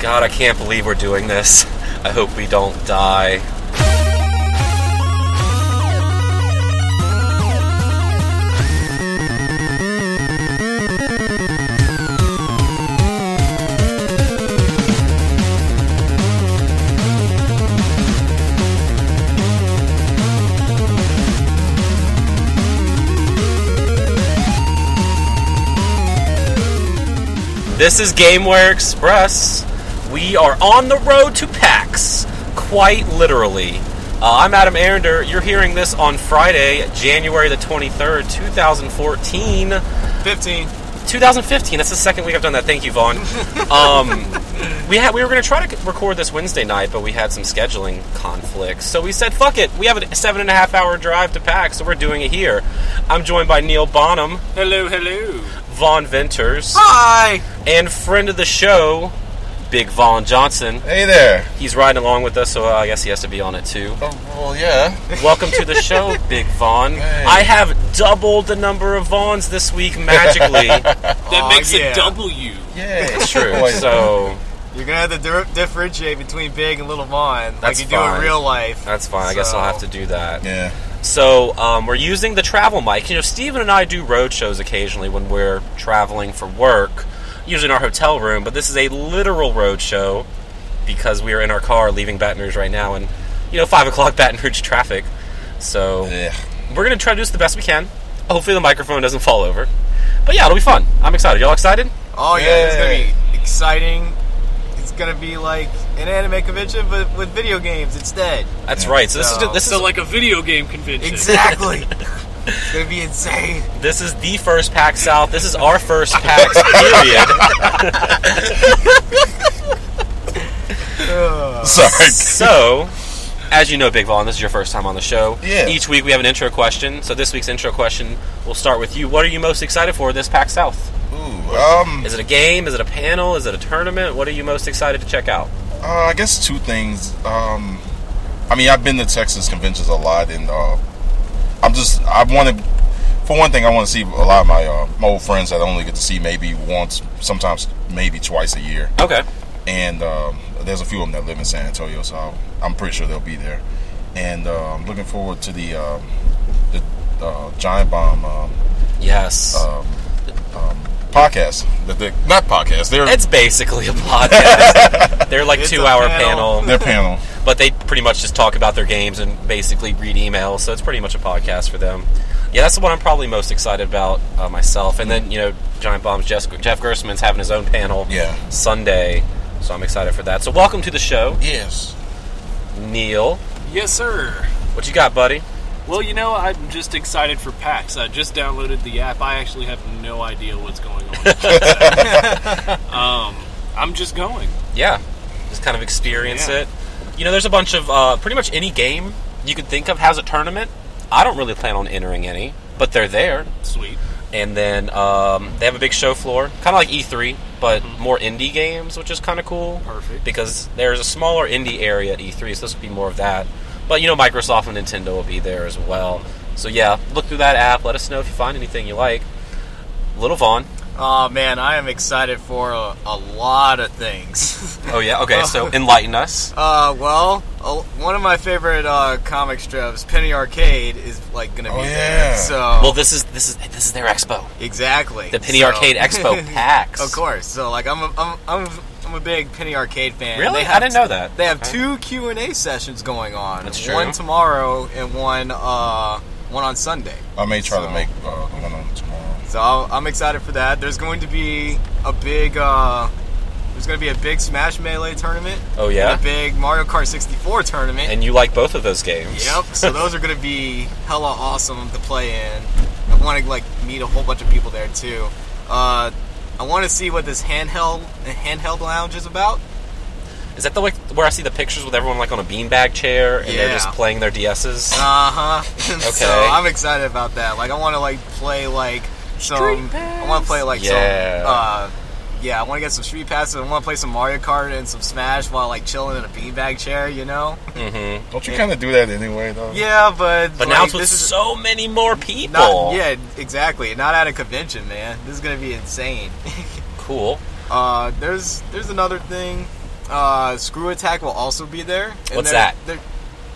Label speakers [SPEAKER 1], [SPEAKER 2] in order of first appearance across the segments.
[SPEAKER 1] God, I can't believe we're doing this. I hope we don't die. This is Gameware Express. We are on the road to PAX, quite literally. Uh, I'm Adam Arender. You're hearing this on Friday, January the 23rd, 2014.
[SPEAKER 2] 15.
[SPEAKER 1] 2015. That's the second week I've done that. Thank you, Vaughn. Um, we had we were going to try to record this Wednesday night, but we had some scheduling conflicts. So we said, "Fuck it." We have a seven and a half hour drive to PAX, so we're doing it here. I'm joined by Neil Bonham,
[SPEAKER 2] Hello, hello.
[SPEAKER 1] Vaughn Venters,
[SPEAKER 2] Hi.
[SPEAKER 1] and friend of the show, Big Vaughn Johnson.
[SPEAKER 3] Hey there.
[SPEAKER 1] He's riding along with us, so uh, I guess he has to be on it too.
[SPEAKER 3] Oh, well, yeah.
[SPEAKER 1] Welcome to the show, Big Vaughn.
[SPEAKER 3] Hey.
[SPEAKER 1] I have doubled the number of Vaughns this week magically.
[SPEAKER 2] That makes
[SPEAKER 4] yeah.
[SPEAKER 2] a W.
[SPEAKER 3] Yay.
[SPEAKER 1] It's true.
[SPEAKER 3] Boy,
[SPEAKER 1] So
[SPEAKER 4] You're gonna have to dir- differentiate between big and little Vaughn, like
[SPEAKER 1] That's
[SPEAKER 4] you do
[SPEAKER 1] fine.
[SPEAKER 4] in real life.
[SPEAKER 1] that's fine. I guess I'll have to do that.
[SPEAKER 3] Yeah.
[SPEAKER 1] So um, we're using the travel mic. You know, Steven and I do road shows occasionally when we're traveling for work, usually in our hotel room. But this is a literal road show because we are in our car leaving Baton Rouge right now, and you know, five o'clock Baton Rouge traffic. So
[SPEAKER 3] Yeah.
[SPEAKER 1] we're gonna try to do this the best we can. Hopefully the microphone doesn't fall over. But yeah, it'll be fun. I'm excited. Y'all excited?
[SPEAKER 4] Oh yeah, it's
[SPEAKER 3] Yay.
[SPEAKER 4] gonna be exciting. It's gonna be like an anime convention, but with video games instead.
[SPEAKER 1] That's right. So this is
[SPEAKER 4] No.
[SPEAKER 1] this is
[SPEAKER 2] So like a video game convention.
[SPEAKER 4] Exactly. it's gonna be insane.
[SPEAKER 1] this is the first pack South. This is our first PAX period.
[SPEAKER 4] Ugh.
[SPEAKER 3] Sorry.
[SPEAKER 1] so, as you know, Big Vaughn, this is your first time on the show.
[SPEAKER 3] Yeah.
[SPEAKER 1] Each week we have an intro question. So this week's intro question, we'll start with you. What are you most excited for this pack South?
[SPEAKER 3] Ooh. Um.
[SPEAKER 1] Is it a game? Is it a panel? Is it a tournament? What are you most excited to check out?
[SPEAKER 3] Uh, I guess two things. Um. I mean, I've been to Texas conventions a lot, and uh, I'm just I want to. For one thing, I want to see a lot of my, uh, my old friends that I only get to see maybe once, sometimes maybe twice a year.
[SPEAKER 1] Okay.
[SPEAKER 3] and um, there's a few of them that live in San Antonio, so I'm pretty sure they'll be there. And uh, I'm looking forward to the um, the uh, Giant Bomb um,
[SPEAKER 1] Yes.
[SPEAKER 4] Uh.
[SPEAKER 3] um, um, podcast. The, the, not podcast. Their
[SPEAKER 1] it's basically a podcast. They're like
[SPEAKER 4] It's a
[SPEAKER 1] two hour
[SPEAKER 4] panel.
[SPEAKER 1] panel.
[SPEAKER 3] their panel.
[SPEAKER 1] but they pretty much just talk about their games and basically read emails. So it's pretty much a podcast for them. Yeah, that's the one I'm probably most excited about uh, myself. And then you know, Giant Bombs Jeff, Jeff Gerstmann's having his own panel
[SPEAKER 3] Yeah.
[SPEAKER 1] Sunday, so I'm excited for that. So welcome to the show,
[SPEAKER 3] Yes.
[SPEAKER 1] Neil.
[SPEAKER 2] Yes, sir.
[SPEAKER 1] What you got, buddy?
[SPEAKER 2] Well, you know, I'm just excited for PAX. I just downloaded the app. I actually have no idea what's going on. um, I'm just going.
[SPEAKER 1] Yeah, just kind of experience
[SPEAKER 2] Yeah.
[SPEAKER 1] it. You know, there's a bunch of uh, pretty much any game you could think of has a tournament. I don't really plan on entering any, but they're there.
[SPEAKER 2] Sweet.
[SPEAKER 1] and then um, they have a big show floor, kind of like E3, but more indie games, which is kind of cool.
[SPEAKER 2] Perfect.
[SPEAKER 1] Because there's a smaller indie area at E3, so this would be more of that. But you know, Microsoft and Nintendo will be there as well. So yeah, look through that app. Let us know if you find anything you like. Little Vaughn.
[SPEAKER 4] Oh man, I am excited for a, a lot of things.
[SPEAKER 1] Oh yeah. Okay. So enlighten us.
[SPEAKER 4] Uh, well, uh, one of my favorite uh, comic strips, Penny Arcade, is like gonna be
[SPEAKER 3] Oh, yeah.
[SPEAKER 4] there. So
[SPEAKER 1] Well, this is this is this is their expo,
[SPEAKER 4] exactly
[SPEAKER 1] the Penny
[SPEAKER 4] So-
[SPEAKER 1] Arcade Expo PAX.
[SPEAKER 4] Of course. So like I'm a, I'm, I'm I'm a big Penny Arcade fan.
[SPEAKER 1] Really?
[SPEAKER 4] They have
[SPEAKER 1] I didn't know that.
[SPEAKER 4] They have
[SPEAKER 1] Okay.
[SPEAKER 4] two Q and A sessions going on.
[SPEAKER 1] That's true.
[SPEAKER 4] One tomorrow and one uh one on Sunday.
[SPEAKER 3] I may try
[SPEAKER 4] So-
[SPEAKER 3] to make uh, the one on tomorrow.
[SPEAKER 4] So I'll- I'm excited for that. There's going to be a big uh there's going to be a big Smash Melee tournament.
[SPEAKER 1] Oh, yeah?
[SPEAKER 4] And a big Mario Kart 64 tournament.
[SPEAKER 1] And you like both of those games?
[SPEAKER 4] yep. so those are going to be hella awesome to play in. I want to like meet a whole bunch of people there too. Uh, I want to see what this handheld handheld lounge is about.
[SPEAKER 1] Is that the way where I see the pictures with everyone like on a beanbag chair and they're
[SPEAKER 4] Yeah.
[SPEAKER 1] just playing their DSs?
[SPEAKER 4] Uh huh.
[SPEAKER 1] Okay.
[SPEAKER 4] so I'm excited about that. Like I want to like play like some. I want to play like
[SPEAKER 1] Yeah.
[SPEAKER 4] some. Uh, yeah, I want to get some street passes. I want to play some Mario Kart and some Smash while like chilling in a beanbag chair. You know.
[SPEAKER 1] hmm
[SPEAKER 3] Don't you kind of do that anyway, though?
[SPEAKER 4] Yeah, but
[SPEAKER 1] But
[SPEAKER 4] like,
[SPEAKER 1] now it's with
[SPEAKER 4] this is
[SPEAKER 1] so many more people.
[SPEAKER 4] not. Yeah, exactly. Not at a convention, man. This is gonna be insane.
[SPEAKER 1] Cool.
[SPEAKER 4] Uh, there's there's another thing. uh, Screw Attack will also be there. And
[SPEAKER 1] What's
[SPEAKER 4] they're-
[SPEAKER 1] that?
[SPEAKER 4] they're-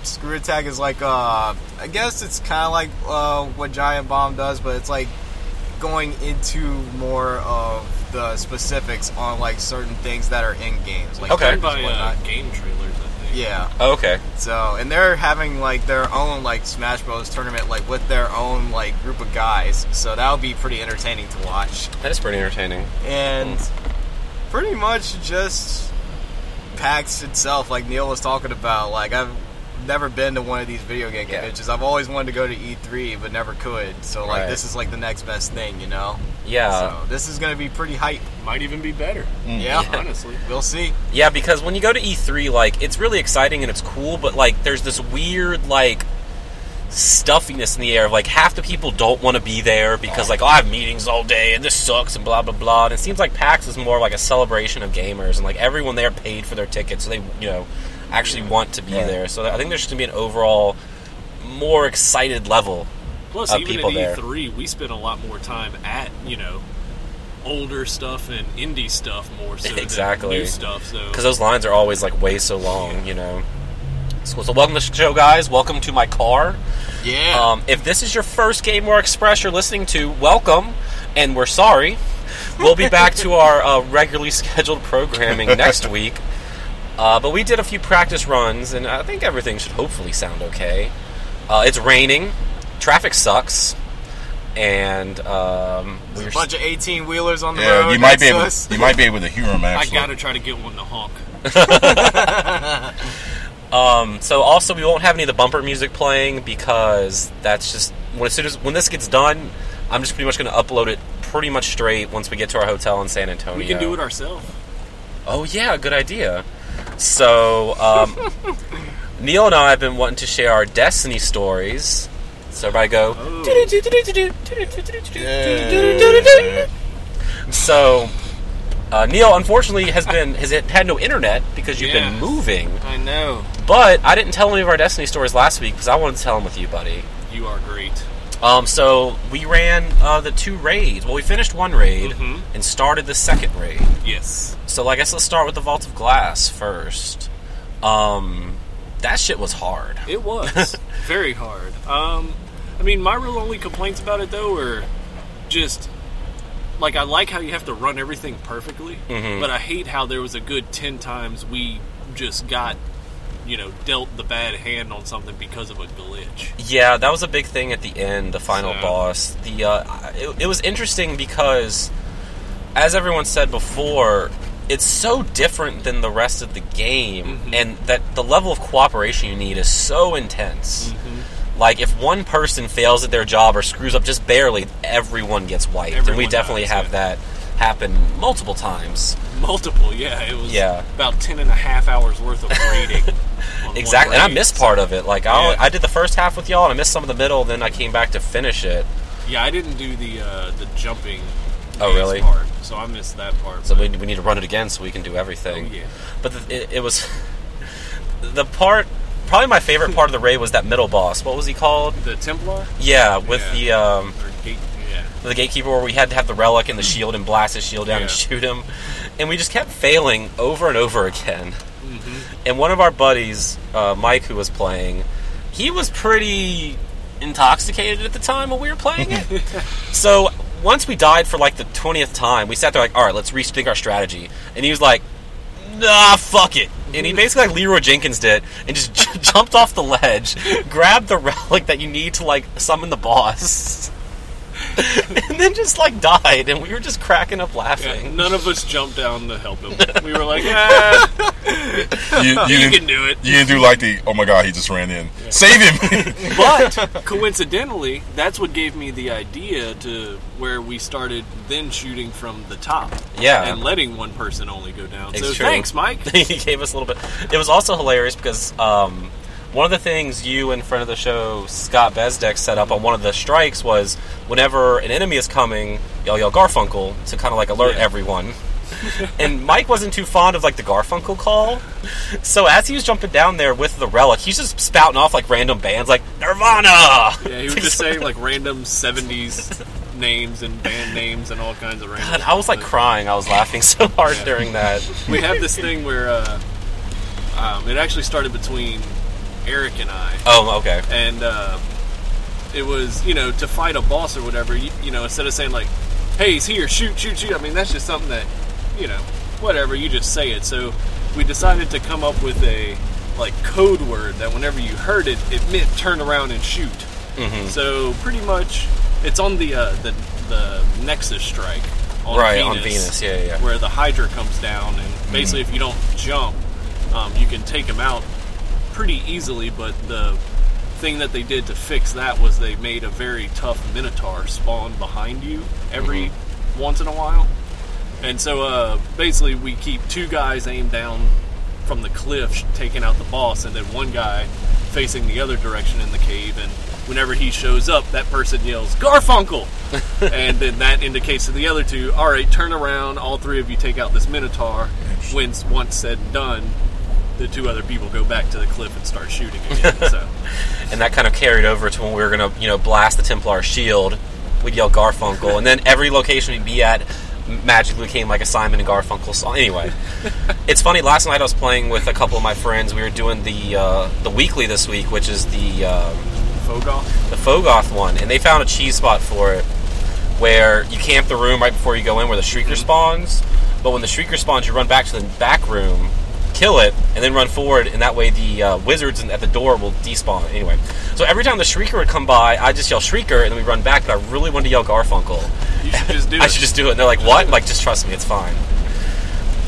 [SPEAKER 4] Screw Attack is like, uh, I guess it's kind of like uh, what Giant Bomb does, but it's like going into more of the specifics on like certain things that are in games, like
[SPEAKER 1] Okay.
[SPEAKER 4] characters
[SPEAKER 2] by
[SPEAKER 4] and
[SPEAKER 2] uh,
[SPEAKER 4] whatnot.
[SPEAKER 2] game trailers, I think.
[SPEAKER 4] Yeah.
[SPEAKER 1] Oh, okay.
[SPEAKER 4] So, and they're having like their own like Smash Bros tournament, like with their own like group of guys. So that'll be pretty entertaining to watch.
[SPEAKER 1] That is pretty entertaining.
[SPEAKER 4] And pretty much just PAX itself, like Neil was talking about. Like I've never been to one of these video game
[SPEAKER 1] Yeah.
[SPEAKER 4] conventions. I've always wanted to go to E3, but never could. So like
[SPEAKER 1] Right. Uh.
[SPEAKER 4] this is like the next best thing, you know.
[SPEAKER 1] Yeah.
[SPEAKER 4] so this is gonna be pretty hype.
[SPEAKER 2] Might even be better,
[SPEAKER 4] Yeah.
[SPEAKER 2] honestly.
[SPEAKER 4] We'll see.
[SPEAKER 1] Yeah, because when you go to E3, like, it's really exciting and it's cool, but, like, there's this weird, like, stuffiness in the air of, like, half the people don't want to be there because, like, oh, I have meetings all day and this sucks and blah, blah, blah. And it seems like PAX is more like a celebration of gamers and, like, everyone there paid for their tickets, so they, you know, actually want to be
[SPEAKER 3] Right.
[SPEAKER 1] there. So I think there's going to be an overall more excited level.
[SPEAKER 2] Plus,
[SPEAKER 1] Uh,
[SPEAKER 2] even
[SPEAKER 1] people
[SPEAKER 2] at
[SPEAKER 1] there.
[SPEAKER 2] E3, we spent a lot more time at you know older stuff and indie stuff more so
[SPEAKER 1] Exactly.
[SPEAKER 2] than new stuff. So
[SPEAKER 1] because those lines are always like way so long, you know. So, so welcome to the show, guys. Welcome to my car.
[SPEAKER 4] Yeah.
[SPEAKER 1] Um, if this is your first Game War Express you're listening to, welcome, and we're sorry. We'll be back to our uh, regularly scheduled programming next week. Uh, but we did a few practice runs, and I think everything should hopefully sound okay. Uh, it's raining, traffic sucks, and um,
[SPEAKER 4] There's
[SPEAKER 1] we're
[SPEAKER 4] a bunch of 18 wheelers on the
[SPEAKER 3] Yeah,
[SPEAKER 4] road.
[SPEAKER 3] you might
[SPEAKER 4] next
[SPEAKER 3] be
[SPEAKER 4] to
[SPEAKER 3] able.
[SPEAKER 4] us.
[SPEAKER 3] You might be able to hear him.
[SPEAKER 2] I
[SPEAKER 3] Actually,
[SPEAKER 2] gotta try to get one to honk.
[SPEAKER 1] Um, so also we won't have any of the bumper music playing because that's just when as soon as when this gets done, I'm just pretty much going to upload it pretty much straight once we get to our hotel in San Antonio.
[SPEAKER 2] We can do it ourselves.
[SPEAKER 1] Oh yeah, good idea. So um, Neil and I have been wanting to share our Destiny stories. So everybody go.
[SPEAKER 3] Yeah.
[SPEAKER 1] So uh, Neil unfortunately has been has had no internet because you've been
[SPEAKER 2] Yes.
[SPEAKER 1] moving.
[SPEAKER 2] I know
[SPEAKER 1] But I didn't tell any of our Destiny stories last week because I wanted to tell them with you, buddy.
[SPEAKER 2] you are great.
[SPEAKER 1] Um, so we ran uh, the two raids. Well, we finished one raid
[SPEAKER 2] Mhm.
[SPEAKER 1] and started the second raid.
[SPEAKER 2] Yes,
[SPEAKER 1] So I guess let's start with the Vault of Glass first. Um, that shit was hard.
[SPEAKER 2] it was very hard. Um, I mean, my real only complaints about it though are just like I like how you have to run everything perfectly, but I hate how there was a good ten times we just got you know dealt the bad hand on something because of a glitch.
[SPEAKER 1] Yeah, that was a big thing at the end, the final
[SPEAKER 2] So-
[SPEAKER 1] boss. The uh, it, it was interesting because, as everyone said before, it's so different than the rest of the game,
[SPEAKER 2] Mhm.
[SPEAKER 1] and that the level of cooperation you need is so intense.
[SPEAKER 2] Mm-hmm.
[SPEAKER 1] Like if one person fails at their job or screws up just barely, everyone gets wiped, and we
[SPEAKER 2] Everyone
[SPEAKER 1] definitely
[SPEAKER 2] dies,
[SPEAKER 1] have
[SPEAKER 2] yeah.
[SPEAKER 1] that happen multiple times.
[SPEAKER 2] Multiple, yeah. It was
[SPEAKER 1] Yeah.
[SPEAKER 2] about 10 and a half hours worth of raiding. on one
[SPEAKER 1] Exactly, and I
[SPEAKER 2] raid.
[SPEAKER 1] missed part of it. Like I,
[SPEAKER 2] Yeah.
[SPEAKER 1] only- I did the first half with y'all, and I missed some of the middle. Then I came back to finish it.
[SPEAKER 2] Yeah, I didn't do the uh, the jumping.
[SPEAKER 1] Oh,
[SPEAKER 2] maze
[SPEAKER 1] really?
[SPEAKER 2] Part, so I missed that part.
[SPEAKER 1] So
[SPEAKER 2] but-
[SPEAKER 1] we, we need to run it again so we can do everything.
[SPEAKER 2] Oh, yeah.
[SPEAKER 1] But the, it, it was the part. Probably my favorite part of the raid was that middle boss. What was he called?
[SPEAKER 2] the Templar
[SPEAKER 1] Yeah, with the um,
[SPEAKER 2] or gate. Yeah.
[SPEAKER 1] the gatekeeper where we had to have the relic and the shield and blast his shield down and
[SPEAKER 2] Hmm. Yeah.
[SPEAKER 1] shoot him, and we just kept failing over and over again.
[SPEAKER 2] Mm-hmm.
[SPEAKER 1] And one of our buddies, uh, Mike, who was playing, he was pretty intoxicated at the time when we were playing it. so once we died for like the twentieth time, we sat there like, all right, let's rethink our strategy. And he was like, nah, fuck it. And he basically like Leroy Jenkins did, and just j- jumped off the ledge, grabbed the relic that you need to like summon the boss, and then just like died. And we were just cracking up
[SPEAKER 2] Yeah,
[SPEAKER 1] laughing.
[SPEAKER 2] None of us jumped down to help him. We were like, ah,
[SPEAKER 3] you, you
[SPEAKER 2] you
[SPEAKER 3] didn't,
[SPEAKER 2] can do it.
[SPEAKER 3] you didn't do like the. Oh my God, he just ran in. Save him.
[SPEAKER 2] But coincidentally, that's what gave me the idea to where we started then shooting from the top.
[SPEAKER 1] Yeah.
[SPEAKER 2] And letting one person only go down.
[SPEAKER 1] It's
[SPEAKER 2] so
[SPEAKER 1] true.
[SPEAKER 2] thanks, Mike.
[SPEAKER 1] he gave us a little bit. It was also hilarious because um, one of the things you in front of the show Scott Bezdek set up on one of the strikes was whenever an enemy is coming, yell yell Garfunkel to kind of like alert
[SPEAKER 2] Yeah.
[SPEAKER 1] everyone. and Mike wasn't too fond of like the Garfunkel call, so as he was jumping down there with the relic, he's just spouting off like random bands like Nirvana.
[SPEAKER 2] Yeah, he would just say like random '70s names and band names and all kinds of random.
[SPEAKER 1] And I was like
[SPEAKER 2] stuff.
[SPEAKER 1] crying. I was laughing so hard during that.
[SPEAKER 2] we have this thing where uh, Um, it actually started between Eric and I,
[SPEAKER 1] Oh, okay.
[SPEAKER 2] and uh, it was you know to fight a boss or whatever. You, you know, instead of saying like, "Hey, he's here, shoot, shoot, shoot," I mean that's just something that you know, whatever. You just say it. So we decided to come up with a like code word that whenever you heard it, it meant turn around and shoot.
[SPEAKER 1] Mm-hmm.
[SPEAKER 2] So pretty much, it's on the uh, the the Nexus strike. On
[SPEAKER 1] Right,
[SPEAKER 2] Venus,
[SPEAKER 1] on Venus, yeah, yeah. Mm-hmm.
[SPEAKER 2] Where the Hydra comes down, and basically, if you don't jump, um, you can take him out pretty easily, but the thing that they did to fix that was they made a very tough Minotaur spawn behind you every
[SPEAKER 1] Mm-hmm.
[SPEAKER 2] once in a while. And so uh, basically, we keep two guys aimed down from the cliff, sh- taking out the boss, and then one guy facing the other direction in the cave. And whenever he shows up, that person yells, Garfunkel! and then that indicates to the other two, all right, turn around, all three of you take out this Minotaur. When, once said and done, the two other people go back to the cliff and start shooting again. so,
[SPEAKER 1] And that kind of carried over to when we were gonna, you know, blast the Templar shield. We'd yell Garfunkel, and then every location we'd be at magically became like a Simon and Garfunkel song. Anyway, it's funny. Last night I was playing with a couple of my friends. We were doing the uh, the weekly this week, which is the um,
[SPEAKER 2] Fogoff.
[SPEAKER 1] the Fogoth one, and they found a cheese spot for it where you camp the room right before you go in where the Shrieker spawns. But when the Shrieker spawns, you run back to the back room, kill it, and then run forward, and that way the uh, wizards in- at the door will despawn. Anyway, so every time the Shrieker would come by, I just yell Shrieker, and then we run back, but I really wanted to yell Garfunkel.
[SPEAKER 2] You should just do
[SPEAKER 1] I
[SPEAKER 2] it.
[SPEAKER 1] should just do it. And they're like, what? I'm like, just trust me, it's fine.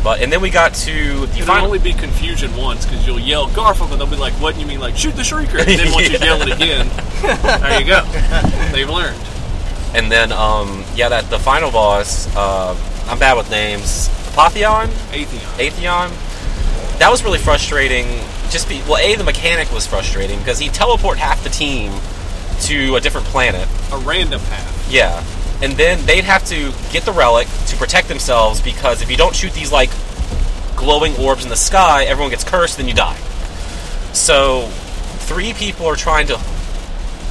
[SPEAKER 1] But, and then we got to the
[SPEAKER 2] It'll
[SPEAKER 1] final.
[SPEAKER 2] only be confusion once because you'll yell Garfunkel, and they'll be like, "What?" And you mean like shoot the shrieker? And then once you yell it again, there you go. They've learned.
[SPEAKER 1] and then, um, yeah, that the final boss, uh, I'm bad with names. Apotheon?
[SPEAKER 2] Atheon.
[SPEAKER 1] Atheon. That was really frustrating. Just be well, a the mechanic was frustrating because he teleport half the team to a different planet.
[SPEAKER 2] A random path.
[SPEAKER 1] Yeah, and then they'd have to get the relic to protect themselves because if you don't shoot these like glowing orbs in the sky, everyone gets cursed, then you die. So three people are trying to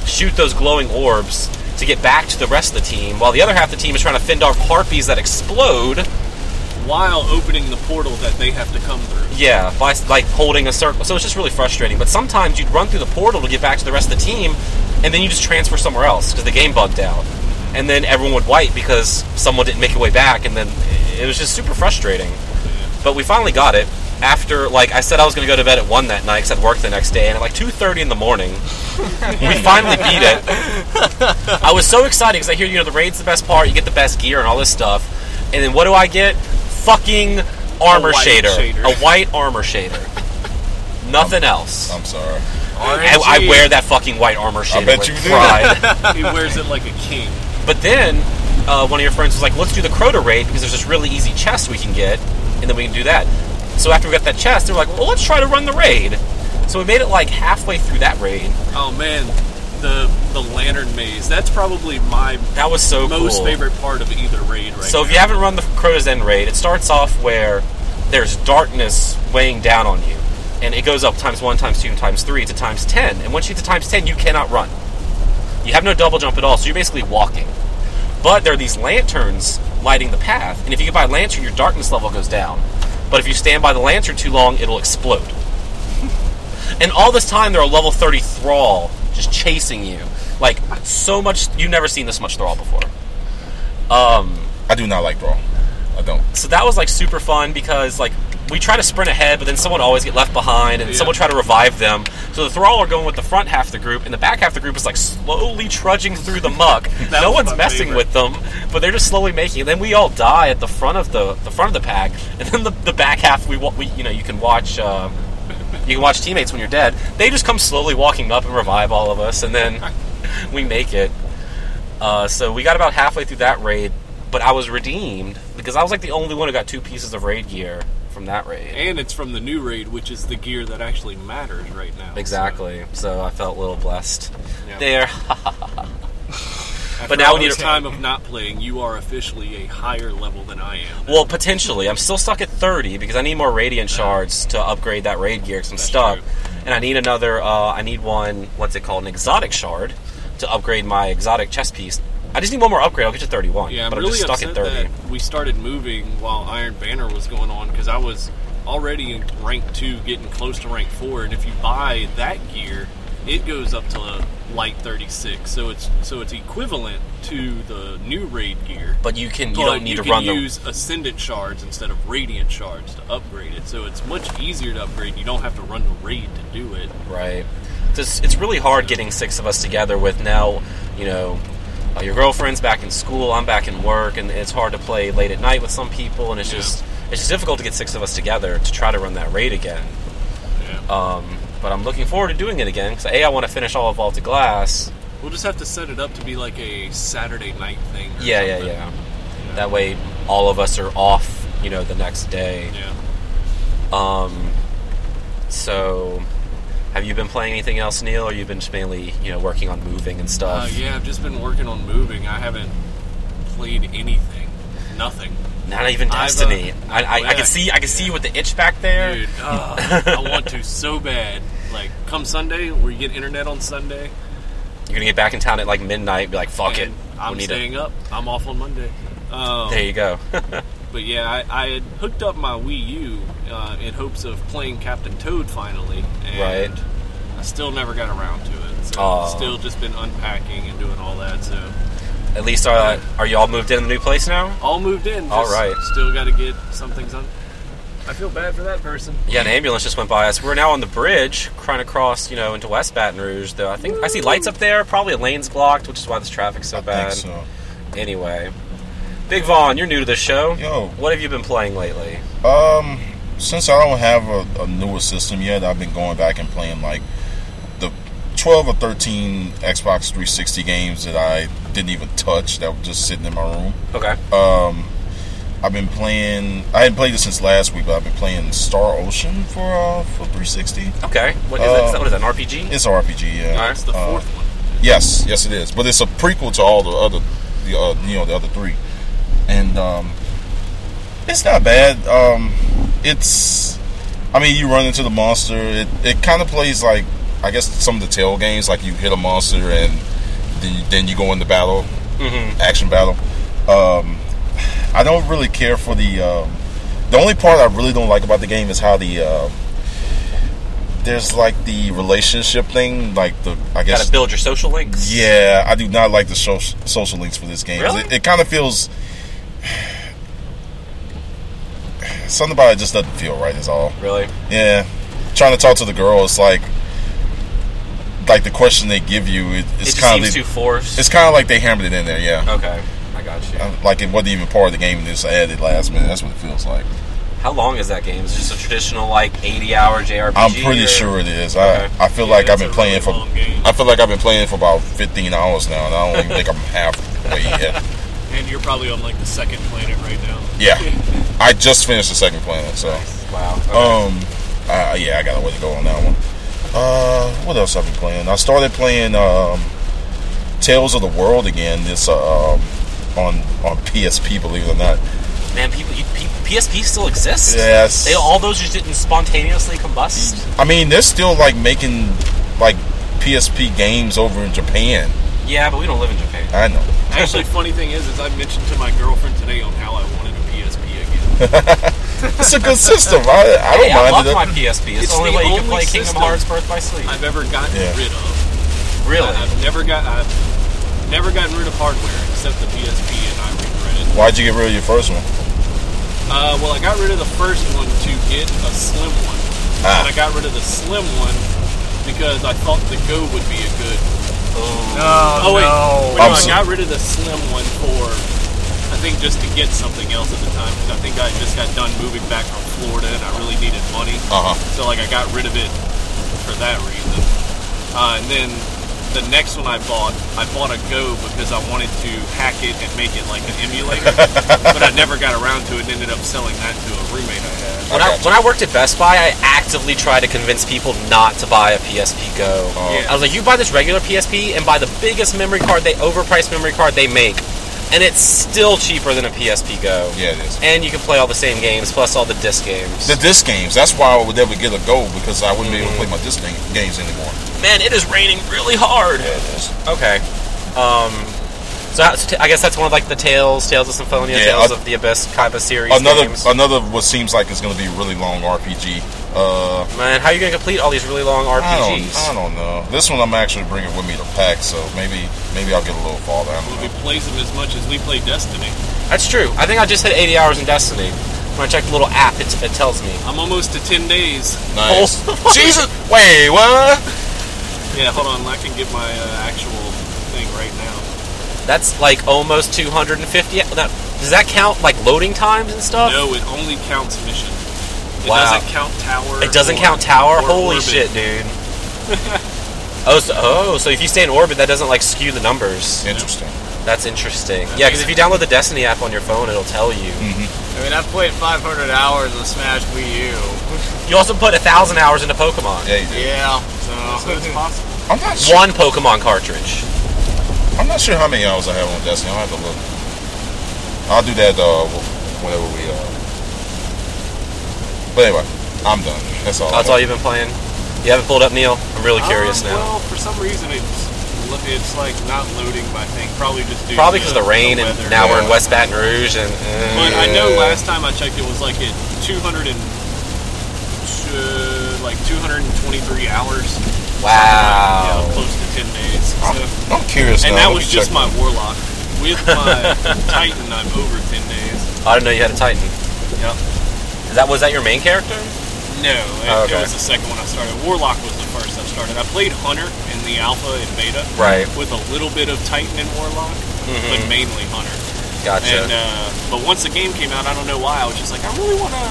[SPEAKER 1] shoot those glowing orbs to get back to the rest of the team, while the other half of the team is trying to fend off harpies that explode.
[SPEAKER 2] While opening the portal that they have to come through.
[SPEAKER 1] Yeah, by like holding a circle. So it's just really frustrating. But sometimes you'd run through the portal to get back to the rest of the team, and then you just transfer somewhere else because the game bugged out. And then everyone would wipe because someone didn't make their way back, and then it was just super frustrating. But we finally got it after like I said I was going to go to bed at one that night because I'd work the next day, and at like two thirty in the morning, we finally beat it. I was so excited because I hear you know the raid's the best part, you get the best gear and all this stuff, and then what do I get? Fucking armor
[SPEAKER 2] white
[SPEAKER 1] shader.
[SPEAKER 2] shader.
[SPEAKER 1] a white armor shader. Nothing else.
[SPEAKER 3] I'm sorry.
[SPEAKER 1] I, I wear that fucking white armor shader
[SPEAKER 3] bet
[SPEAKER 1] with
[SPEAKER 3] you do.
[SPEAKER 1] pride.
[SPEAKER 2] He wears it like a king.
[SPEAKER 1] but then uh, one of your friends was like, "Let's do the Crota raid because there's this really easy chest we can get, and then we can do that." So after we got that chest, they were like, "Well, let's try to run the raid." So we made it like halfway through that raid.
[SPEAKER 2] Oh man, the the lantern maze. That's probably my
[SPEAKER 1] That was so Oh,
[SPEAKER 2] most
[SPEAKER 1] cool.
[SPEAKER 2] favorite part of either raid. Right.
[SPEAKER 1] So if you haven't run the Crota's End raid, it starts off where there's darkness weighing down on you, and it goes up times one, times two, and times three to times ten. And once you get to times ten, you cannot run. You have no double jump at all, so you're basically walking. But there are these lanterns lighting the path, and if you get by a lantern, your darkness level goes down. But if you stand by the lantern too long, it'll explode. And all this time, there are level 30 Thrall just chasing you. Like, so much. You've never seen this much Thrall before.
[SPEAKER 3] I do not like Raw. I don't.
[SPEAKER 1] so that was like super fun because like we try to sprint ahead, but then someone always get left behind, and
[SPEAKER 2] Yeah.
[SPEAKER 1] someone try to revive them. So the Thrall are going with the front half of the group, and the back half of the group is like slowly trudging through the muck.
[SPEAKER 2] That
[SPEAKER 1] no
[SPEAKER 2] was
[SPEAKER 1] one's
[SPEAKER 2] my
[SPEAKER 1] messing
[SPEAKER 2] favorite.
[SPEAKER 1] with them, but they're just slowly making. it. Then we all die at the front of the the front of the pack, and then the, the back half we wa- we you know you can watch. Uh, you can watch teammates when you're dead. They just come slowly walking up and revive all of us, and then we make it. Uh, so we got about halfway through that raid, but I was redeemed because I was like the only one who got two pieces of raid gear from that raid.
[SPEAKER 2] and it's from the new raid, which is the gear that actually matters right now. So,
[SPEAKER 1] Exactly. So I felt a little blessed
[SPEAKER 2] yeah.
[SPEAKER 1] there.
[SPEAKER 2] After
[SPEAKER 1] But now
[SPEAKER 2] all
[SPEAKER 1] we need
[SPEAKER 2] this
[SPEAKER 1] to-
[SPEAKER 2] time of not playing. You are officially a higher level than I am.
[SPEAKER 1] well, potentially, I'm still stuck at 30 because I need more radiant shards to upgrade that raid gear because I'm stuck,
[SPEAKER 2] true.
[SPEAKER 1] and I need another. Uh, I need one. What's it called? An exotic shard to upgrade my exotic chest piece. I just need one more upgrade. I'll get to 31.
[SPEAKER 2] Yeah, I'm
[SPEAKER 1] but
[SPEAKER 2] really
[SPEAKER 1] I'm just stuck
[SPEAKER 2] upset
[SPEAKER 1] at 30.
[SPEAKER 2] that we started moving while Iron Banner was going on because I was already in rank two, getting close to rank four, and if you buy that gear, it goes up to uh, light 36. So it's so it's equivalent to the new raid gear.
[SPEAKER 1] But you can you
[SPEAKER 2] But
[SPEAKER 1] don't need to
[SPEAKER 2] can
[SPEAKER 1] run the
[SPEAKER 2] use ascendant shards instead of radiant shards to upgrade it. So it's much easier to upgrade. You don't have to run the raid to do it.
[SPEAKER 1] Right. It's, it's really hard getting six of us together with now, you know, uh, your girlfriend's back in school, I'm back in work, and it's hard to play late at night with some people, and it's
[SPEAKER 2] Yeah.
[SPEAKER 1] just it's just difficult to get six of us together to try to run that raid again.
[SPEAKER 2] Yeah.
[SPEAKER 1] Um, but I'm looking forward to doing it again because a I want to finish all of Vaulted Glass.
[SPEAKER 2] We'll just have to set it up to be like a Saturday night thing. or
[SPEAKER 1] Yeah, yeah,
[SPEAKER 2] something.
[SPEAKER 1] yeah. That way, all of us are off, you know, the next day.
[SPEAKER 2] Yeah.
[SPEAKER 1] Um, so, have you been playing anything else, Neil? Or you've been just mainly, you know, working on moving and stuff?
[SPEAKER 2] Uh, yeah, I've just been working on moving. I haven't played anything. Nothing.
[SPEAKER 1] Not even
[SPEAKER 2] I've, uh,
[SPEAKER 1] Destiny. I, I, I
[SPEAKER 2] yeah,
[SPEAKER 1] can see I can see you with the itch back there.
[SPEAKER 2] Dude, ugh, I want to so bad. Like, come Sunday, where you get internet on Sunday.
[SPEAKER 1] You're gonna get back in town at like midnight. Be like, fuck it.
[SPEAKER 2] and I'm
[SPEAKER 1] we need
[SPEAKER 2] staying
[SPEAKER 1] it.
[SPEAKER 2] up. I'm off on Monday. Um,
[SPEAKER 1] There you go.
[SPEAKER 2] But yeah, I, I had hooked up my Wii U uh, in hopes of playing Captain Toad finally, and
[SPEAKER 1] Right.
[SPEAKER 2] I still never got around to it. So
[SPEAKER 1] Aw.
[SPEAKER 2] still just been unpacking and doing all that. So
[SPEAKER 1] at least uh, are you all moved in the new place now?
[SPEAKER 2] all moved in. Just
[SPEAKER 1] All right.
[SPEAKER 2] Still got to get some things on. I feel bad for that person.
[SPEAKER 1] Yeah, an ambulance just went by us. We're now on the bridge, trying to cross, you know, into West Baton Rouge. Though I think I see lights up there. Probably a lane's blocked, which is why this traffic's so
[SPEAKER 3] I
[SPEAKER 1] bad.
[SPEAKER 3] think so.
[SPEAKER 1] Anyway, Big Vaughn, you're new to the show.
[SPEAKER 3] Yo.
[SPEAKER 1] what have you been playing lately?
[SPEAKER 3] Um, since I don't have a, a newer system yet, I've been going back and playing like the 12 or 13 Xbox 360 games that I didn't even touch that were just sitting in my room.
[SPEAKER 1] Okay.
[SPEAKER 3] Um, I've been playing. I hadn't played it since last week, but I've been playing Star Ocean for uh, for 360.
[SPEAKER 1] okay. What is,
[SPEAKER 3] uh,
[SPEAKER 1] that? Is that? What is that? An RPG?
[SPEAKER 3] It's an RPG, yeah.
[SPEAKER 1] Alright.
[SPEAKER 2] That's the
[SPEAKER 3] Uh,
[SPEAKER 2] fourth one.
[SPEAKER 3] Yes, yes, it is. But it's a prequel to all the other, the uh, you know, the other three, and um, it's not bad. Um, it's, I mean, you run into the monster. It it kind of plays like, I guess, some of the tail games. Like you hit a monster and then then you go into battle, mm-hmm. action battle. Um, I don't really care for the. Um, the only part I really don't like about the game is how the. Uh, there's like the relationship thing, like the I
[SPEAKER 1] Got
[SPEAKER 3] guess
[SPEAKER 1] to build your social links.
[SPEAKER 3] yeah, I do not like the so- social links for this game.
[SPEAKER 1] Really?
[SPEAKER 3] It, it kind of feels something about it just doesn't feel right. Is all.
[SPEAKER 1] Really?
[SPEAKER 3] Yeah, trying to talk to the girl, it's like like the question they give you. It,
[SPEAKER 1] It
[SPEAKER 3] it's
[SPEAKER 1] just
[SPEAKER 3] kind
[SPEAKER 1] seems
[SPEAKER 3] of
[SPEAKER 1] too forced.
[SPEAKER 3] it's kind of like they hammered it in there. Yeah,
[SPEAKER 1] Okay, I got you.
[SPEAKER 3] like it wasn't even part of the game. They just added last minute. That's what it feels like.
[SPEAKER 1] How long is that game? Is it just a traditional like eighty-hour JRPG?
[SPEAKER 3] I'm pretty
[SPEAKER 1] or-
[SPEAKER 3] sure it is.
[SPEAKER 1] Okay.
[SPEAKER 3] I I feel
[SPEAKER 2] Yeah,
[SPEAKER 3] like I've
[SPEAKER 2] it's
[SPEAKER 3] been
[SPEAKER 2] a
[SPEAKER 3] playing
[SPEAKER 2] really
[SPEAKER 3] for
[SPEAKER 2] long game.
[SPEAKER 3] I feel like I've been playing for about 15 hours now, and I don't even think I'm halfway yet.
[SPEAKER 2] And you're probably on like the second planet right now.
[SPEAKER 3] Yeah, I just finished the second planet, so
[SPEAKER 1] Wow.
[SPEAKER 3] um, uh, yeah, I got a way to go on that one. Uh, what else I've been playing? I started playing um, Tales of the World again. This uh, um, on on PSP, believe it or not.
[SPEAKER 1] Man, people, you, P- PSP still exists.
[SPEAKER 3] Yes.
[SPEAKER 1] They all those just didn't spontaneously combust.
[SPEAKER 3] I mean, they're still like making like PSP games over in Japan.
[SPEAKER 1] Yeah, but we don't live in Japan.
[SPEAKER 3] I know.
[SPEAKER 2] Actually, funny thing is, is I mentioned to my girlfriend today on how I wanted a PSP again.
[SPEAKER 3] It's a good system. I, I don't
[SPEAKER 1] Hey, I love
[SPEAKER 3] mind it.
[SPEAKER 1] my PSP. It's,
[SPEAKER 2] It's
[SPEAKER 1] the only
[SPEAKER 2] the
[SPEAKER 1] way you can
[SPEAKER 2] only
[SPEAKER 1] play Kingdom
[SPEAKER 2] system-
[SPEAKER 1] Hearts Birth by Sleep.
[SPEAKER 2] I've ever gotten
[SPEAKER 3] Yeah.
[SPEAKER 2] rid of.
[SPEAKER 1] really?
[SPEAKER 2] I- I've never got I've never gotten rid of hardware except the PSP, and I regret it.
[SPEAKER 3] Why'd you get rid of your first one?
[SPEAKER 2] Uh, well, I got rid of the first one to get a slim one,
[SPEAKER 3] Ah.
[SPEAKER 2] and I got rid of the slim one because I thought the Go would be a good.
[SPEAKER 4] No,
[SPEAKER 2] Oh wait,
[SPEAKER 4] no.
[SPEAKER 2] Wait, no,
[SPEAKER 3] I'm
[SPEAKER 2] I
[SPEAKER 3] so-
[SPEAKER 2] got rid of the slim one for I think just to get something else at the time because I think I just got done moving back from Florida and I really needed money.
[SPEAKER 3] Uh huh.
[SPEAKER 2] So like I got rid of it for that reason. Uh, and then the next one I bought, I bought a Go because I wanted to hack it and make it like an emulator, but I never got around to it and ended up selling that to a roommate I had.
[SPEAKER 1] When I, when I worked at Best Buy, I actively tried to convince people not to buy a PSP Go.
[SPEAKER 3] Uh,
[SPEAKER 2] Yeah.
[SPEAKER 1] I was like, you buy this regular PSP and buy the biggest memory card, they overpriced memory card they make, and it's still cheaper than a PSP Go.
[SPEAKER 3] Yeah, it is.
[SPEAKER 1] And you can play all the same games plus all the disc games.
[SPEAKER 3] The disc games. That's why I would never get a goal because I wouldn't be able to play my disc game- games anymore.
[SPEAKER 1] Man, it is raining really hard.
[SPEAKER 3] Yeah, it is.
[SPEAKER 1] Okay. Um, So that's- I guess that's one of like the tales, tales of Symphonia,
[SPEAKER 3] Yeah,
[SPEAKER 1] tales
[SPEAKER 3] I-
[SPEAKER 1] of the Abyss kind of series.
[SPEAKER 3] Another uh,
[SPEAKER 1] games.
[SPEAKER 3] another what seems like it's going to be a really long RPG. Uh,
[SPEAKER 1] Man, how are you gonna complete all these really long
[SPEAKER 3] I don't, I
[SPEAKER 1] RPGs?
[SPEAKER 3] don't know. This one I'm actually bringing with me to pack, so maybe maybe I'll get a little farther. I
[SPEAKER 2] Well,
[SPEAKER 3] don't
[SPEAKER 2] we
[SPEAKER 3] know.
[SPEAKER 2] plays them as much as we play Destiny.
[SPEAKER 1] That's true. I think I just hit 80 hours in Destiny. When I check the little app, it, it tells me.
[SPEAKER 2] I'm almost to 10 days.
[SPEAKER 3] Nice. Jesus. Wait, what?
[SPEAKER 2] Yeah, hold on. I can get my uh, actual thing right now.
[SPEAKER 1] That's like almost 250. uh, That, does that count like loading times and stuff?
[SPEAKER 2] No, it only counts mission. It
[SPEAKER 1] Wow.
[SPEAKER 2] doesn't count tower.
[SPEAKER 1] It doesn't
[SPEAKER 2] or-
[SPEAKER 1] count tower.
[SPEAKER 2] or
[SPEAKER 1] Holy
[SPEAKER 2] orbit.
[SPEAKER 1] shit, dude. oh, so, oh, so if you stay in orbit, that doesn't like skew the numbers.
[SPEAKER 3] Interesting.
[SPEAKER 1] That's interesting. Yeah, because if you download the Destiny app on your phone, it'll tell you.
[SPEAKER 2] Hmm.
[SPEAKER 4] I mean, I've played 500 hours of Smash Wii U.
[SPEAKER 1] You also put a thousand hours into Pokemon.
[SPEAKER 3] Yeah, you did.
[SPEAKER 4] Yeah,
[SPEAKER 2] So it's
[SPEAKER 4] so
[SPEAKER 2] possible.
[SPEAKER 3] I'm not sure.
[SPEAKER 1] One Pokemon cartridge.
[SPEAKER 3] I'm not sure how many hours I have on Destiny. I'll have to look. I'll do that uh, wh- whenever we. Uh... But anyway, I'm done. That's all.
[SPEAKER 1] That's all you've been playing. You haven't pulled up Neil. I'm really curious
[SPEAKER 2] Oh, Um,
[SPEAKER 1] now.
[SPEAKER 2] Well, for some reason it's lo- it's like not loading my thing. Probably just due
[SPEAKER 1] Probably
[SPEAKER 2] to
[SPEAKER 1] because of the rain,
[SPEAKER 2] weather.
[SPEAKER 1] and now we're in
[SPEAKER 3] Yeah.
[SPEAKER 1] West Baton Rouge, and
[SPEAKER 2] But
[SPEAKER 1] eh,
[SPEAKER 2] I know last time I checked, it was like at 200 and uh, like 223 hours.
[SPEAKER 1] wow.
[SPEAKER 2] Yeah, close to 10 days.
[SPEAKER 3] I'm,
[SPEAKER 2] So-
[SPEAKER 1] Oh.
[SPEAKER 3] I'm curious.
[SPEAKER 2] and that
[SPEAKER 3] now. Let
[SPEAKER 2] was
[SPEAKER 3] me
[SPEAKER 2] just
[SPEAKER 3] check.
[SPEAKER 2] my warlock. With my Titan, I'm over 10 days.
[SPEAKER 1] I didn't know you had a Titan.
[SPEAKER 2] Yep.
[SPEAKER 1] Is that was that your main character?
[SPEAKER 2] No, it,
[SPEAKER 1] Oh,
[SPEAKER 2] it
[SPEAKER 1] okay.
[SPEAKER 2] was the second one I started. Warlock was the first I started. I played Hunter in the Alpha and Beta.
[SPEAKER 1] Right.
[SPEAKER 2] With a little bit of Titan and Warlock, but
[SPEAKER 1] Mm-hmm.
[SPEAKER 2] mainly Hunter.
[SPEAKER 1] Gotcha.
[SPEAKER 2] And uh, but once the game came out, I don't know why I was just like, I really want to.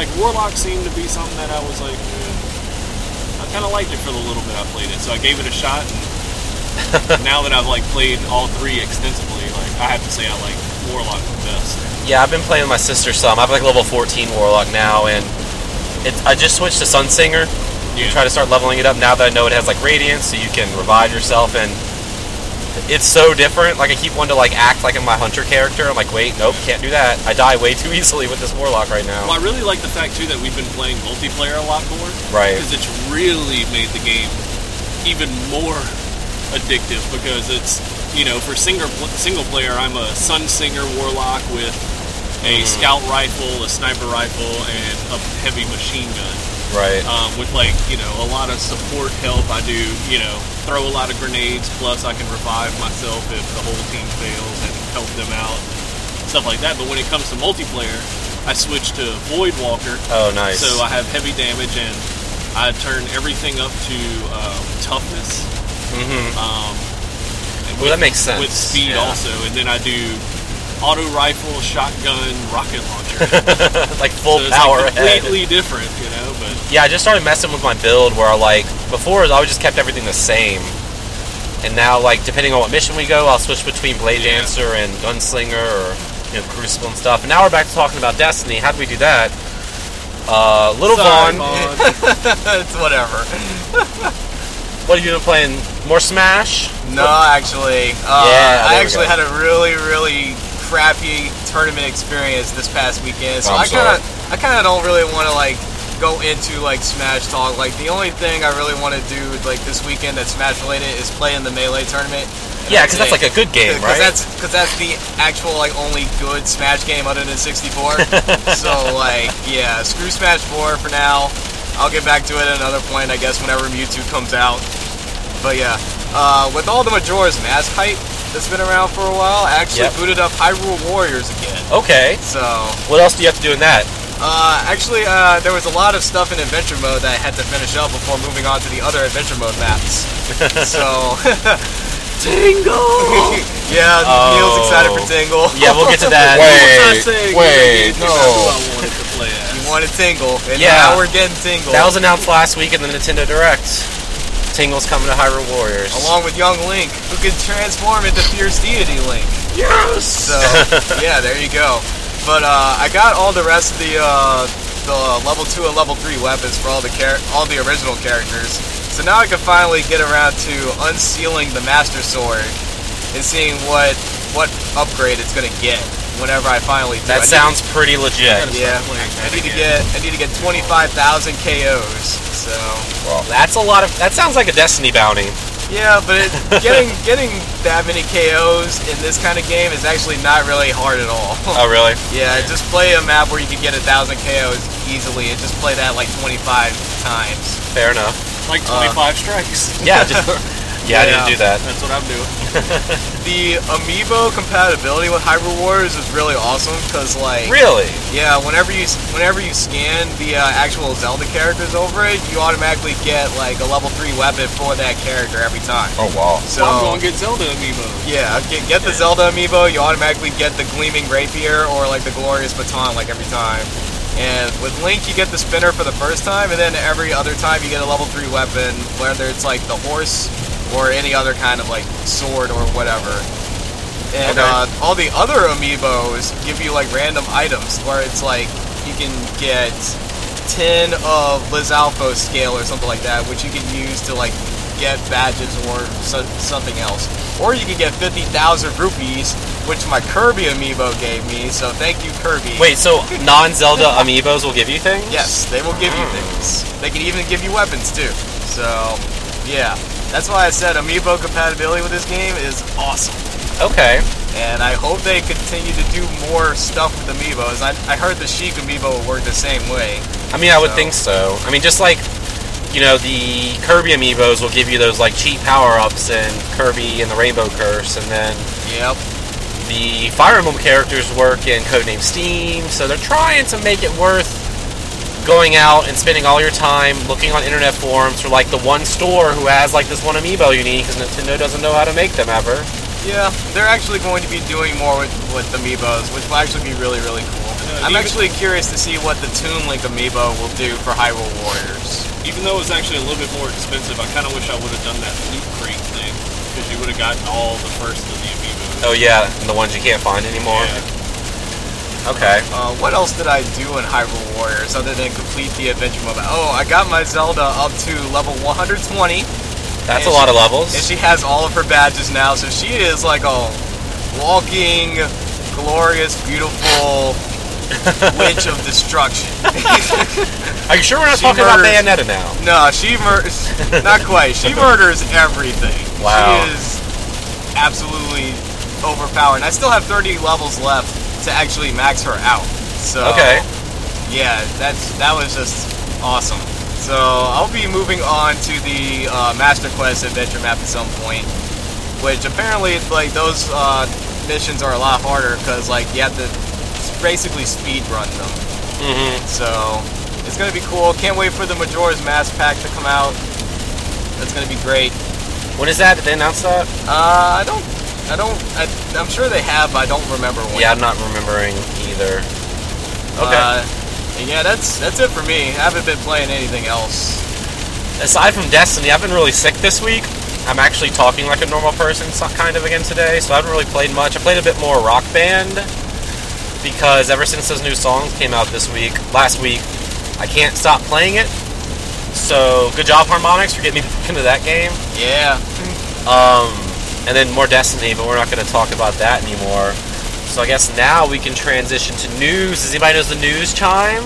[SPEAKER 2] Like Warlock seemed to be something that I was like, eh, I kind of liked it for the little bit I played it, so I gave it a shot. And now that I've like played all three extensively, like I have to say I like Warlock the best.
[SPEAKER 1] Yeah, I've been playing with my sister some. I'm like level 14 warlock now, and it, I just switched to Sunsinger.
[SPEAKER 2] Yeah.
[SPEAKER 1] Try to start leveling it up now that I know it has like radiance, so you can revive yourself. And it's so different. Like I keep wanting to like act like I'm my hunter character. I'm like, wait, nope, can't do that. I die way too easily with this warlock right now.
[SPEAKER 2] Well, I really like the fact too that we've been playing multiplayer a lot more.
[SPEAKER 1] Right.
[SPEAKER 2] Because it's really made the game even more addictive because it's you know for single single player I'm a sun singer warlock with a scout rifle, a sniper rifle, and a heavy machine gun.
[SPEAKER 1] Right.
[SPEAKER 2] Um, with like you know a lot of support help, I do you know throw a lot of grenades. Plus, I can revive myself if the whole team fails and help them out, stuff like that. But when it comes to multiplayer, I switch to Void Walker,
[SPEAKER 1] oh, nice.
[SPEAKER 2] so uh, I have heavy damage and I turn everything up to um, toughness. Mm-hmm. Um, and
[SPEAKER 1] Well, that makes sense,
[SPEAKER 2] With speed
[SPEAKER 1] yeah.
[SPEAKER 2] also, and then I do auto rifle, shotgun, rocket launcher.
[SPEAKER 1] like full
[SPEAKER 2] so it's
[SPEAKER 1] power.
[SPEAKER 2] like
[SPEAKER 1] ahead.
[SPEAKER 2] completely different, you know. But
[SPEAKER 1] Yeah, I just started messing with my build where I like before I always just kept everything the same. And now like depending on what mission we go, I'll switch between Blade
[SPEAKER 2] Yeah.
[SPEAKER 1] Dancer and Gunslinger or you know, Crucible and stuff. And now we're back to talking about Destiny. How do we do that? Uh, Little
[SPEAKER 2] Sorry,
[SPEAKER 1] Vaughn,
[SPEAKER 2] Vaughn.
[SPEAKER 4] it's whatever.
[SPEAKER 1] what have you been playing? More Smash?
[SPEAKER 4] No, actually, uh,
[SPEAKER 1] Yeah,
[SPEAKER 4] I
[SPEAKER 1] there we
[SPEAKER 4] actually
[SPEAKER 1] go.
[SPEAKER 4] had a really, really crappy tournament experience this past weekend. So I
[SPEAKER 3] I'm
[SPEAKER 4] kind of, I kind of don't really want to like go into like Smash talk. Like the only thing I really want to do like this weekend that's Smash related is play in the melee tournament. And
[SPEAKER 1] Yeah,
[SPEAKER 4] I'd
[SPEAKER 1] because that's
[SPEAKER 4] say-
[SPEAKER 1] like a good game,
[SPEAKER 4] Cause
[SPEAKER 1] right?
[SPEAKER 4] that's because that's the actual like only good Smash game other than 64. so like yeah, screw Smash 4 for now. I'll get back to it at another point, I guess, whenever Mewtwo comes out. But yeah, uh, with all the Majora's Mask hype that's been around for a while, I actually
[SPEAKER 1] Yep.
[SPEAKER 4] booted up Hyrule Warriors again.
[SPEAKER 1] okay.
[SPEAKER 4] So
[SPEAKER 1] What else do you have to do in that?
[SPEAKER 4] uh, actually, uh, there was a lot of stuff in adventure mode that I had to finish up before moving on to the other adventure mode maps. so. Tingle! yeah,
[SPEAKER 1] Oh.
[SPEAKER 4] Neil's excited for Tingle.
[SPEAKER 1] Yeah, we'll get to that.
[SPEAKER 2] What was I
[SPEAKER 3] Wait,
[SPEAKER 2] saying?
[SPEAKER 3] wait,
[SPEAKER 2] That's who
[SPEAKER 3] no.
[SPEAKER 2] I wanted to play as.
[SPEAKER 4] You wanted Tingle, and
[SPEAKER 1] Yeah.
[SPEAKER 4] now we're getting Tingle.
[SPEAKER 1] That was announced last week in the Nintendo Direct. Tingle's coming to Hyrule Warriors.
[SPEAKER 4] Along with Young Link, who can transform into Fierce Deity Link.
[SPEAKER 1] yes.
[SPEAKER 4] So yeah, there you go. But uh, I got all the rest of the uh, the level two and level three weapons for all the char- all the original characters. So now I can finally get around to unsealing the Master Sword and seeing what what upgrade it's gonna get whenever I finally. Do. I
[SPEAKER 1] That
[SPEAKER 4] need-
[SPEAKER 1] sounds pretty legit.
[SPEAKER 4] Yeah, I need to get I need to get twenty five thousand KOs. So
[SPEAKER 1] That's a lot of. That sounds like a Destiny bounty.
[SPEAKER 4] Yeah, but it, getting getting that many KOs in this kind of game is actually not really hard at all.
[SPEAKER 1] Oh, really?
[SPEAKER 4] yeah, just play a map where you can get a thousand KOs easily, and just play that like 25 times.
[SPEAKER 1] Fair enough.
[SPEAKER 2] Like
[SPEAKER 4] Uh,
[SPEAKER 2] 25 strikes.
[SPEAKER 1] Yeah, just yeah, I
[SPEAKER 4] Yeah.
[SPEAKER 1] didn't do that.
[SPEAKER 2] That's what I'm doing.
[SPEAKER 4] The amiibo compatibility with Hyrule Warriors is really awesome because like
[SPEAKER 1] Really?
[SPEAKER 4] Yeah, whenever you whenever you scan the uh, actual Zelda characters over it, you automatically get like a level three weapon for that character every time.
[SPEAKER 3] Oh wow.
[SPEAKER 4] So
[SPEAKER 2] I'm going to get Zelda amiibo.
[SPEAKER 4] yeah, get, get the Zelda amiibo. You automatically get the gleaming rapier or like the glorious baton like every time. And with Link, you get the spinner for the first time, and then every other time you get a level three weapon, whether it's like the horse or any other kind of like sword or whatever. And
[SPEAKER 1] Okay.
[SPEAKER 4] uh, all the other amiibos give you like random items where it's like you can get 10 of Liz Alpho's scale or something like that, which you can use to like get badges or so- something else. Or you can get 50,000 rupees, which my Kirby amiibo gave me, so thank you, Kirby.
[SPEAKER 1] Wait, so non-Zelda amiibos will give you things?
[SPEAKER 4] Yes, they will give you things. They can even give you weapons too. So, yeah. That's why I said amiibo compatibility with this game is awesome.
[SPEAKER 1] Okay.
[SPEAKER 4] And I hope they continue to do more stuff with amiibos. I, I heard the Sheik amiibo will work the same way.
[SPEAKER 1] I mean, I would
[SPEAKER 4] So-
[SPEAKER 1] think so. I mean, just like you know, the Kirby amiibos will give you those like cheap power-ups and Kirby and the Rainbow Curse, and then
[SPEAKER 4] Yep.
[SPEAKER 1] the Fire Emblem characters work in Codename Steam, so they're trying to make it worth going out and spending all your time looking on internet forums for like the one store who has like this one amiibo you need because Nintendo doesn't know how to make them ever.
[SPEAKER 4] Yeah, they're actually going to be doing more with, with amiibos, which will actually be really, really cool.
[SPEAKER 2] Uh,
[SPEAKER 4] I'm
[SPEAKER 2] even-
[SPEAKER 4] actually curious to see what the Toon Link amiibo will do for Hyrule Warriors.
[SPEAKER 2] Even though it was actually a little bit more expensive, I kind of wish I would have done that loot crate thing because you would have gotten all the first of the amiibo.
[SPEAKER 1] Oh yeah, and the ones you can't find anymore. Okay.
[SPEAKER 4] Uh, what else did I do in Hyrule Warriors other than complete the adventure mode? Oh, I got my Zelda up to level 120, and
[SPEAKER 1] That's a
[SPEAKER 4] And
[SPEAKER 1] lot of levels.
[SPEAKER 4] she has all of her badges now, so she is like a walking, glorious, beautiful witch of destruction.
[SPEAKER 1] Are you sure we're not
[SPEAKER 4] she
[SPEAKER 1] talking about
[SPEAKER 4] murders-
[SPEAKER 1] Bayonetta now?
[SPEAKER 4] No, she murders. Not quite. She murders everything.
[SPEAKER 1] Wow.
[SPEAKER 4] She is absolutely overpowered. And I still have 30 levels left to actually max her out. So.
[SPEAKER 1] Okay.
[SPEAKER 4] Yeah, that's that was just awesome. So I'll be moving on to the uh, Master Quest adventure map at some point, which apparently like those uh, missions are a lot harder because like you have to s- basically speed run them.
[SPEAKER 1] Mm-hmm.
[SPEAKER 4] So it's gonna be cool. Can't wait for the Majora's Mask pack to come out. That's gonna be great.
[SPEAKER 1] When is that? Did they announce that?
[SPEAKER 4] Uh, I don't, I don't, I, I'm sure they have. But I don't remember when.
[SPEAKER 1] Yeah, I'm not remembering either. Okay.
[SPEAKER 4] Uh, and yeah, that's that's it for me. I haven't been playing anything else.
[SPEAKER 1] Aside from Destiny, I've been really sick this week. I'm actually talking like a normal person, so- kind of again today. So I haven't really played much. I played a bit more Rock Band because ever since those new songs came out this week, last week, I can't stop playing it. So good job, Harmonix, for getting me back into that game.
[SPEAKER 4] Yeah.
[SPEAKER 1] Um, and then more Destiny, but we're not going to talk about that anymore. So I guess now we can transition to news. Does anybody knows the news chime?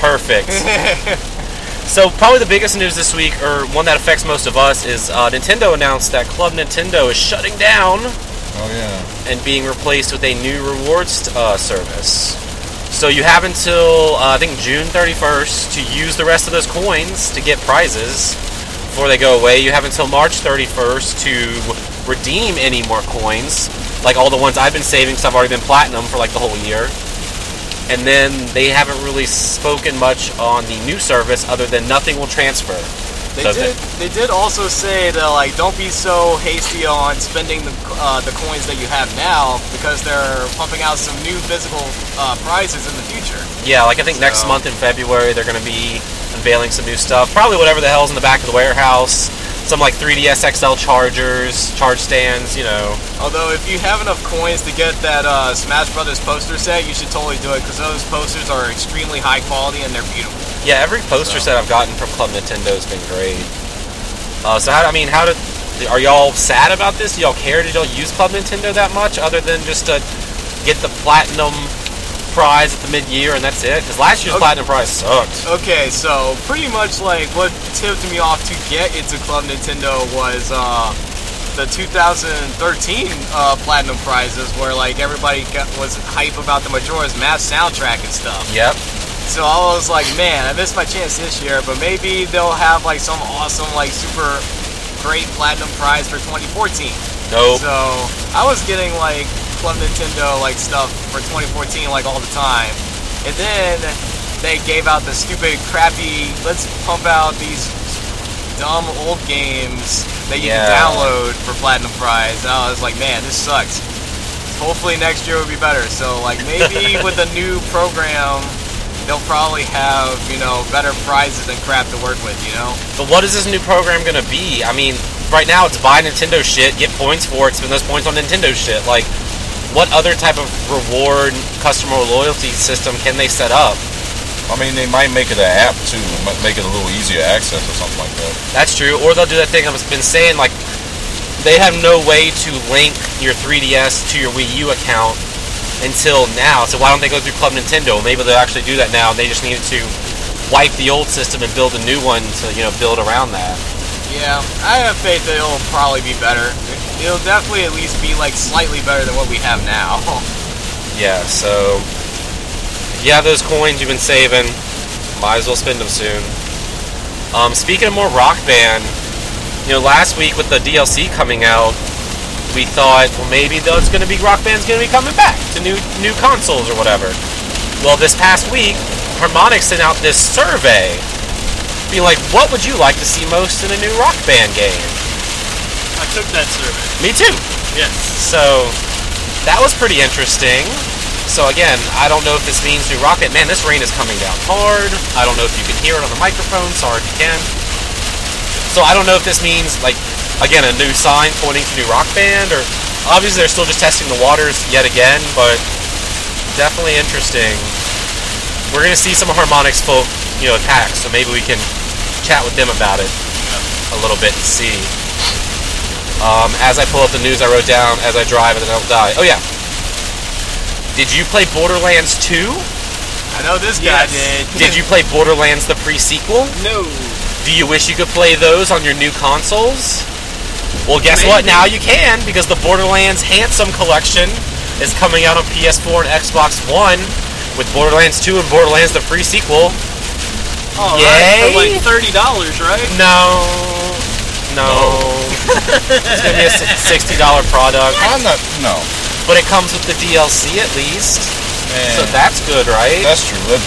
[SPEAKER 1] Perfect. so probably the biggest news this week, or one that affects most of us, is uh, Nintendo announced that Club Nintendo is shutting down
[SPEAKER 3] Oh yeah.
[SPEAKER 1] and being replaced with a new rewards uh, service. So you have until uh, I think June 31st to use the rest of those coins to get prizes before they go away. You have until March 31st to redeem any more coins, like all the ones I've been saving, so I've already been platinum for like the whole year. And then they haven't really spoken much on the new service, other than nothing will transfer.
[SPEAKER 4] They
[SPEAKER 1] So
[SPEAKER 4] did. They did also say that like don't be so hasty on spending the uh, the coins that you have now because they're pumping out some new physical uh, prizes in the future.
[SPEAKER 1] Yeah, like I think next
[SPEAKER 4] So-
[SPEAKER 1] month in February they're going to be unveiling some new stuff. Probably whatever the hell's in the back of the warehouse. Some like 3DS XL chargers, charge stands, you know.
[SPEAKER 4] Although if you have enough coins to get that uh, Smash Brothers poster set, you should totally do it because those posters are extremely high quality and they're beautiful.
[SPEAKER 1] Yeah, every poster set I've gotten from Club Nintendo's been great. Uh, so how I mean, how did are y'all sad about this? Do y'all care? Did y'all use Club Nintendo that much, other than just to get the platinum prize at the mid-year, and that's it. Because last year's
[SPEAKER 4] Okay.
[SPEAKER 1] platinum prize sucked.
[SPEAKER 4] Okay, so pretty much like what tipped me off to get into Club Nintendo was uh, the 2013 uh, Platinum Prizes, where like everybody got, was hype about the Majora's Mask soundtrack and stuff.
[SPEAKER 1] Yep.
[SPEAKER 4] So I was like, man, I missed my chance this year, but maybe they'll have like some awesome, like super great Platinum Prize for 2014.
[SPEAKER 1] Nope.
[SPEAKER 4] So I was getting like Club Nintendo like stuff for 2014 like all the time, and then they gave out the stupid crappy. Let's pump out these dumb old games that you
[SPEAKER 1] Yeah.
[SPEAKER 4] can download for platinum prize. And I was like, man, this sucks. Hopefully next year will be better. So like maybe with a new program. They'll probably have, you know, better prizes and crap to work with, you know?
[SPEAKER 1] But what is this new program gonna be? I mean, right now it's buy Nintendo shit, get points for it, spend those points on Nintendo shit. Like, what other type of reward customer loyalty system can they set up?
[SPEAKER 3] I mean, they might make it an app too. It might make it a little easier access or something like that.
[SPEAKER 1] That's true. Or they'll do that thing I've been saying, like they have no way to link your 3DS to your Wii U account until now. So why don't they go through Club Nintendo? Maybe they'll actually do that now. They just needed to wipe the old system and build a new one to you know build around that.
[SPEAKER 4] Yeah, I have faith that it'll probably be better. It'll definitely at least be like slightly better than what we have now.
[SPEAKER 1] Yeah. So if you have those coins you've been saving, might as well spend them soon. Um, speaking of more Rock Band, you know, last week with the DLC coming out, we thought, well, maybe though it's going to be Rock Band's going to be coming back to new new consoles or whatever. Well, this past week, Harmonix sent out this survey, be like, what would you like to see most in a new Rock Band game?
[SPEAKER 2] I took that survey.
[SPEAKER 1] Me too.
[SPEAKER 2] Yes.
[SPEAKER 1] So that was pretty interesting. So again, I don't know if this means new rocket. Man, this rain is coming down hard. I don't know if you can hear it on the microphone. Sorry if you can. So I don't know if this means like again a new sign pointing to new rock band or obviously they're still just testing the waters yet again, but definitely interesting. We're gonna see some harmonics folk, you know, attack, so maybe we can chat with them about it a little bit and see. Um, as I pull up the news I wrote down as I drive and then I'll die. Oh yeah. Did you play Borderlands 2?
[SPEAKER 4] I know this guy
[SPEAKER 2] Yes.
[SPEAKER 4] did.
[SPEAKER 1] Did you play Borderlands the pre-sequel?
[SPEAKER 2] No.
[SPEAKER 1] Do you wish you could play those on your new consoles? Well, guess what?
[SPEAKER 2] Maybe.
[SPEAKER 1] Now you can because the Borderlands Handsome Collection is coming out on PS4 and Xbox One with Borderlands 2 and Borderlands the free sequel.
[SPEAKER 2] All right.
[SPEAKER 1] Yay.
[SPEAKER 2] For like thirty dollars, right?
[SPEAKER 1] No. No. it's going to be a $60 product,
[SPEAKER 3] I'm not. No,
[SPEAKER 1] but it comes with the DLC at least.
[SPEAKER 3] man.
[SPEAKER 1] So that's good, right?
[SPEAKER 3] that's true. That-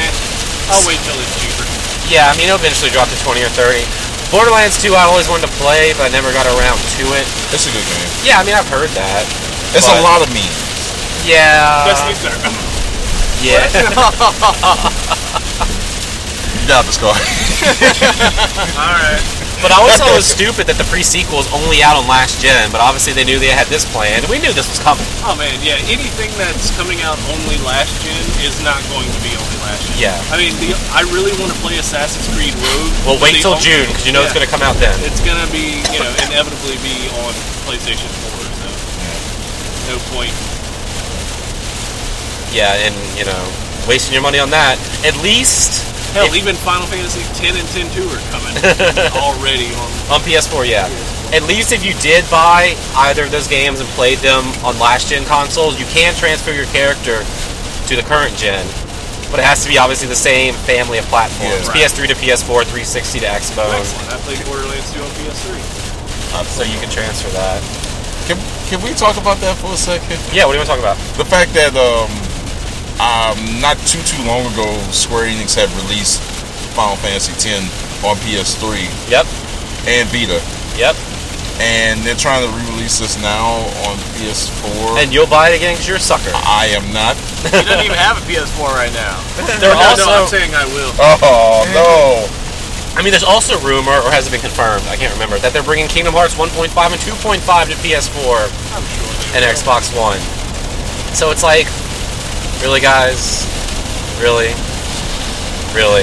[SPEAKER 2] Eh, I'll wait till it's cheaper.
[SPEAKER 1] Yeah, I mean, it'll eventually drop to 20 or 30. Borderlands 2, I always wanted to play, but I never got around to it.
[SPEAKER 3] it's a good game.
[SPEAKER 1] Yeah, I mean, I've heard that.
[SPEAKER 3] It's
[SPEAKER 1] But-
[SPEAKER 3] a lot of memes.
[SPEAKER 4] Uh,
[SPEAKER 1] Yeah.
[SPEAKER 2] Best news ever.
[SPEAKER 1] yeah.
[SPEAKER 3] You got this card.
[SPEAKER 2] All right.
[SPEAKER 1] but I always thought it was stupid that the pre-sequel is only out on last gen, but obviously they knew they had this planned. We knew this was coming.
[SPEAKER 2] Oh man, yeah. Anything that's coming out only last gen is not going to be only last gen.
[SPEAKER 1] Yeah.
[SPEAKER 2] I mean, the, I really want to play Assassin's Creed Rogue.
[SPEAKER 1] Well,
[SPEAKER 2] but
[SPEAKER 1] wait
[SPEAKER 2] they
[SPEAKER 1] till
[SPEAKER 2] don't-
[SPEAKER 1] June, because you know it's
[SPEAKER 2] Yeah.
[SPEAKER 1] going to come out then.
[SPEAKER 2] It's gonna be, you know, inevitably be on PlayStation 4. So no point.
[SPEAKER 1] Yeah, and, you know, wasting your money on that. At least
[SPEAKER 2] Hell,
[SPEAKER 1] If-
[SPEAKER 2] even Final Fantasy 10 and 10 2 are coming already
[SPEAKER 1] on
[SPEAKER 2] on.
[SPEAKER 1] PS4, yeah. At least if you did buy either of those games and played them on last gen consoles, you can transfer your character to the current gen. But it has to be obviously the same family of platforms.
[SPEAKER 3] Yeah.
[SPEAKER 2] Right.
[SPEAKER 1] PS3 to PS4, 360 to Xbox,
[SPEAKER 2] Excellent. I played Borderlands 2 on PS3.
[SPEAKER 1] so you can transfer that.
[SPEAKER 3] Can, can we talk about that for a second?
[SPEAKER 1] Yeah, what do you want to talk about?
[SPEAKER 3] The fact that um, um, not too too long ago, Square Enix had released Final Fantasy X on PS3
[SPEAKER 1] Yep,
[SPEAKER 3] and Vita,
[SPEAKER 1] yep.
[SPEAKER 3] and they're trying to re-release this now on PS4.
[SPEAKER 1] And you'll buy it again because you're a sucker.
[SPEAKER 3] I am not.
[SPEAKER 4] he doesn't even have a PS4 right now.
[SPEAKER 1] There are
[SPEAKER 2] no, no, I'm
[SPEAKER 1] also,
[SPEAKER 2] saying I will.
[SPEAKER 3] Oh no!
[SPEAKER 1] I mean, there's also rumor, or has it been confirmed? I can't remember that they're bringing Kingdom Hearts 1.5 and 2.5 to PS4.
[SPEAKER 2] I'm sure.
[SPEAKER 1] and
[SPEAKER 2] they will.
[SPEAKER 1] Xbox One. So it's like, really, guys? Really? Really?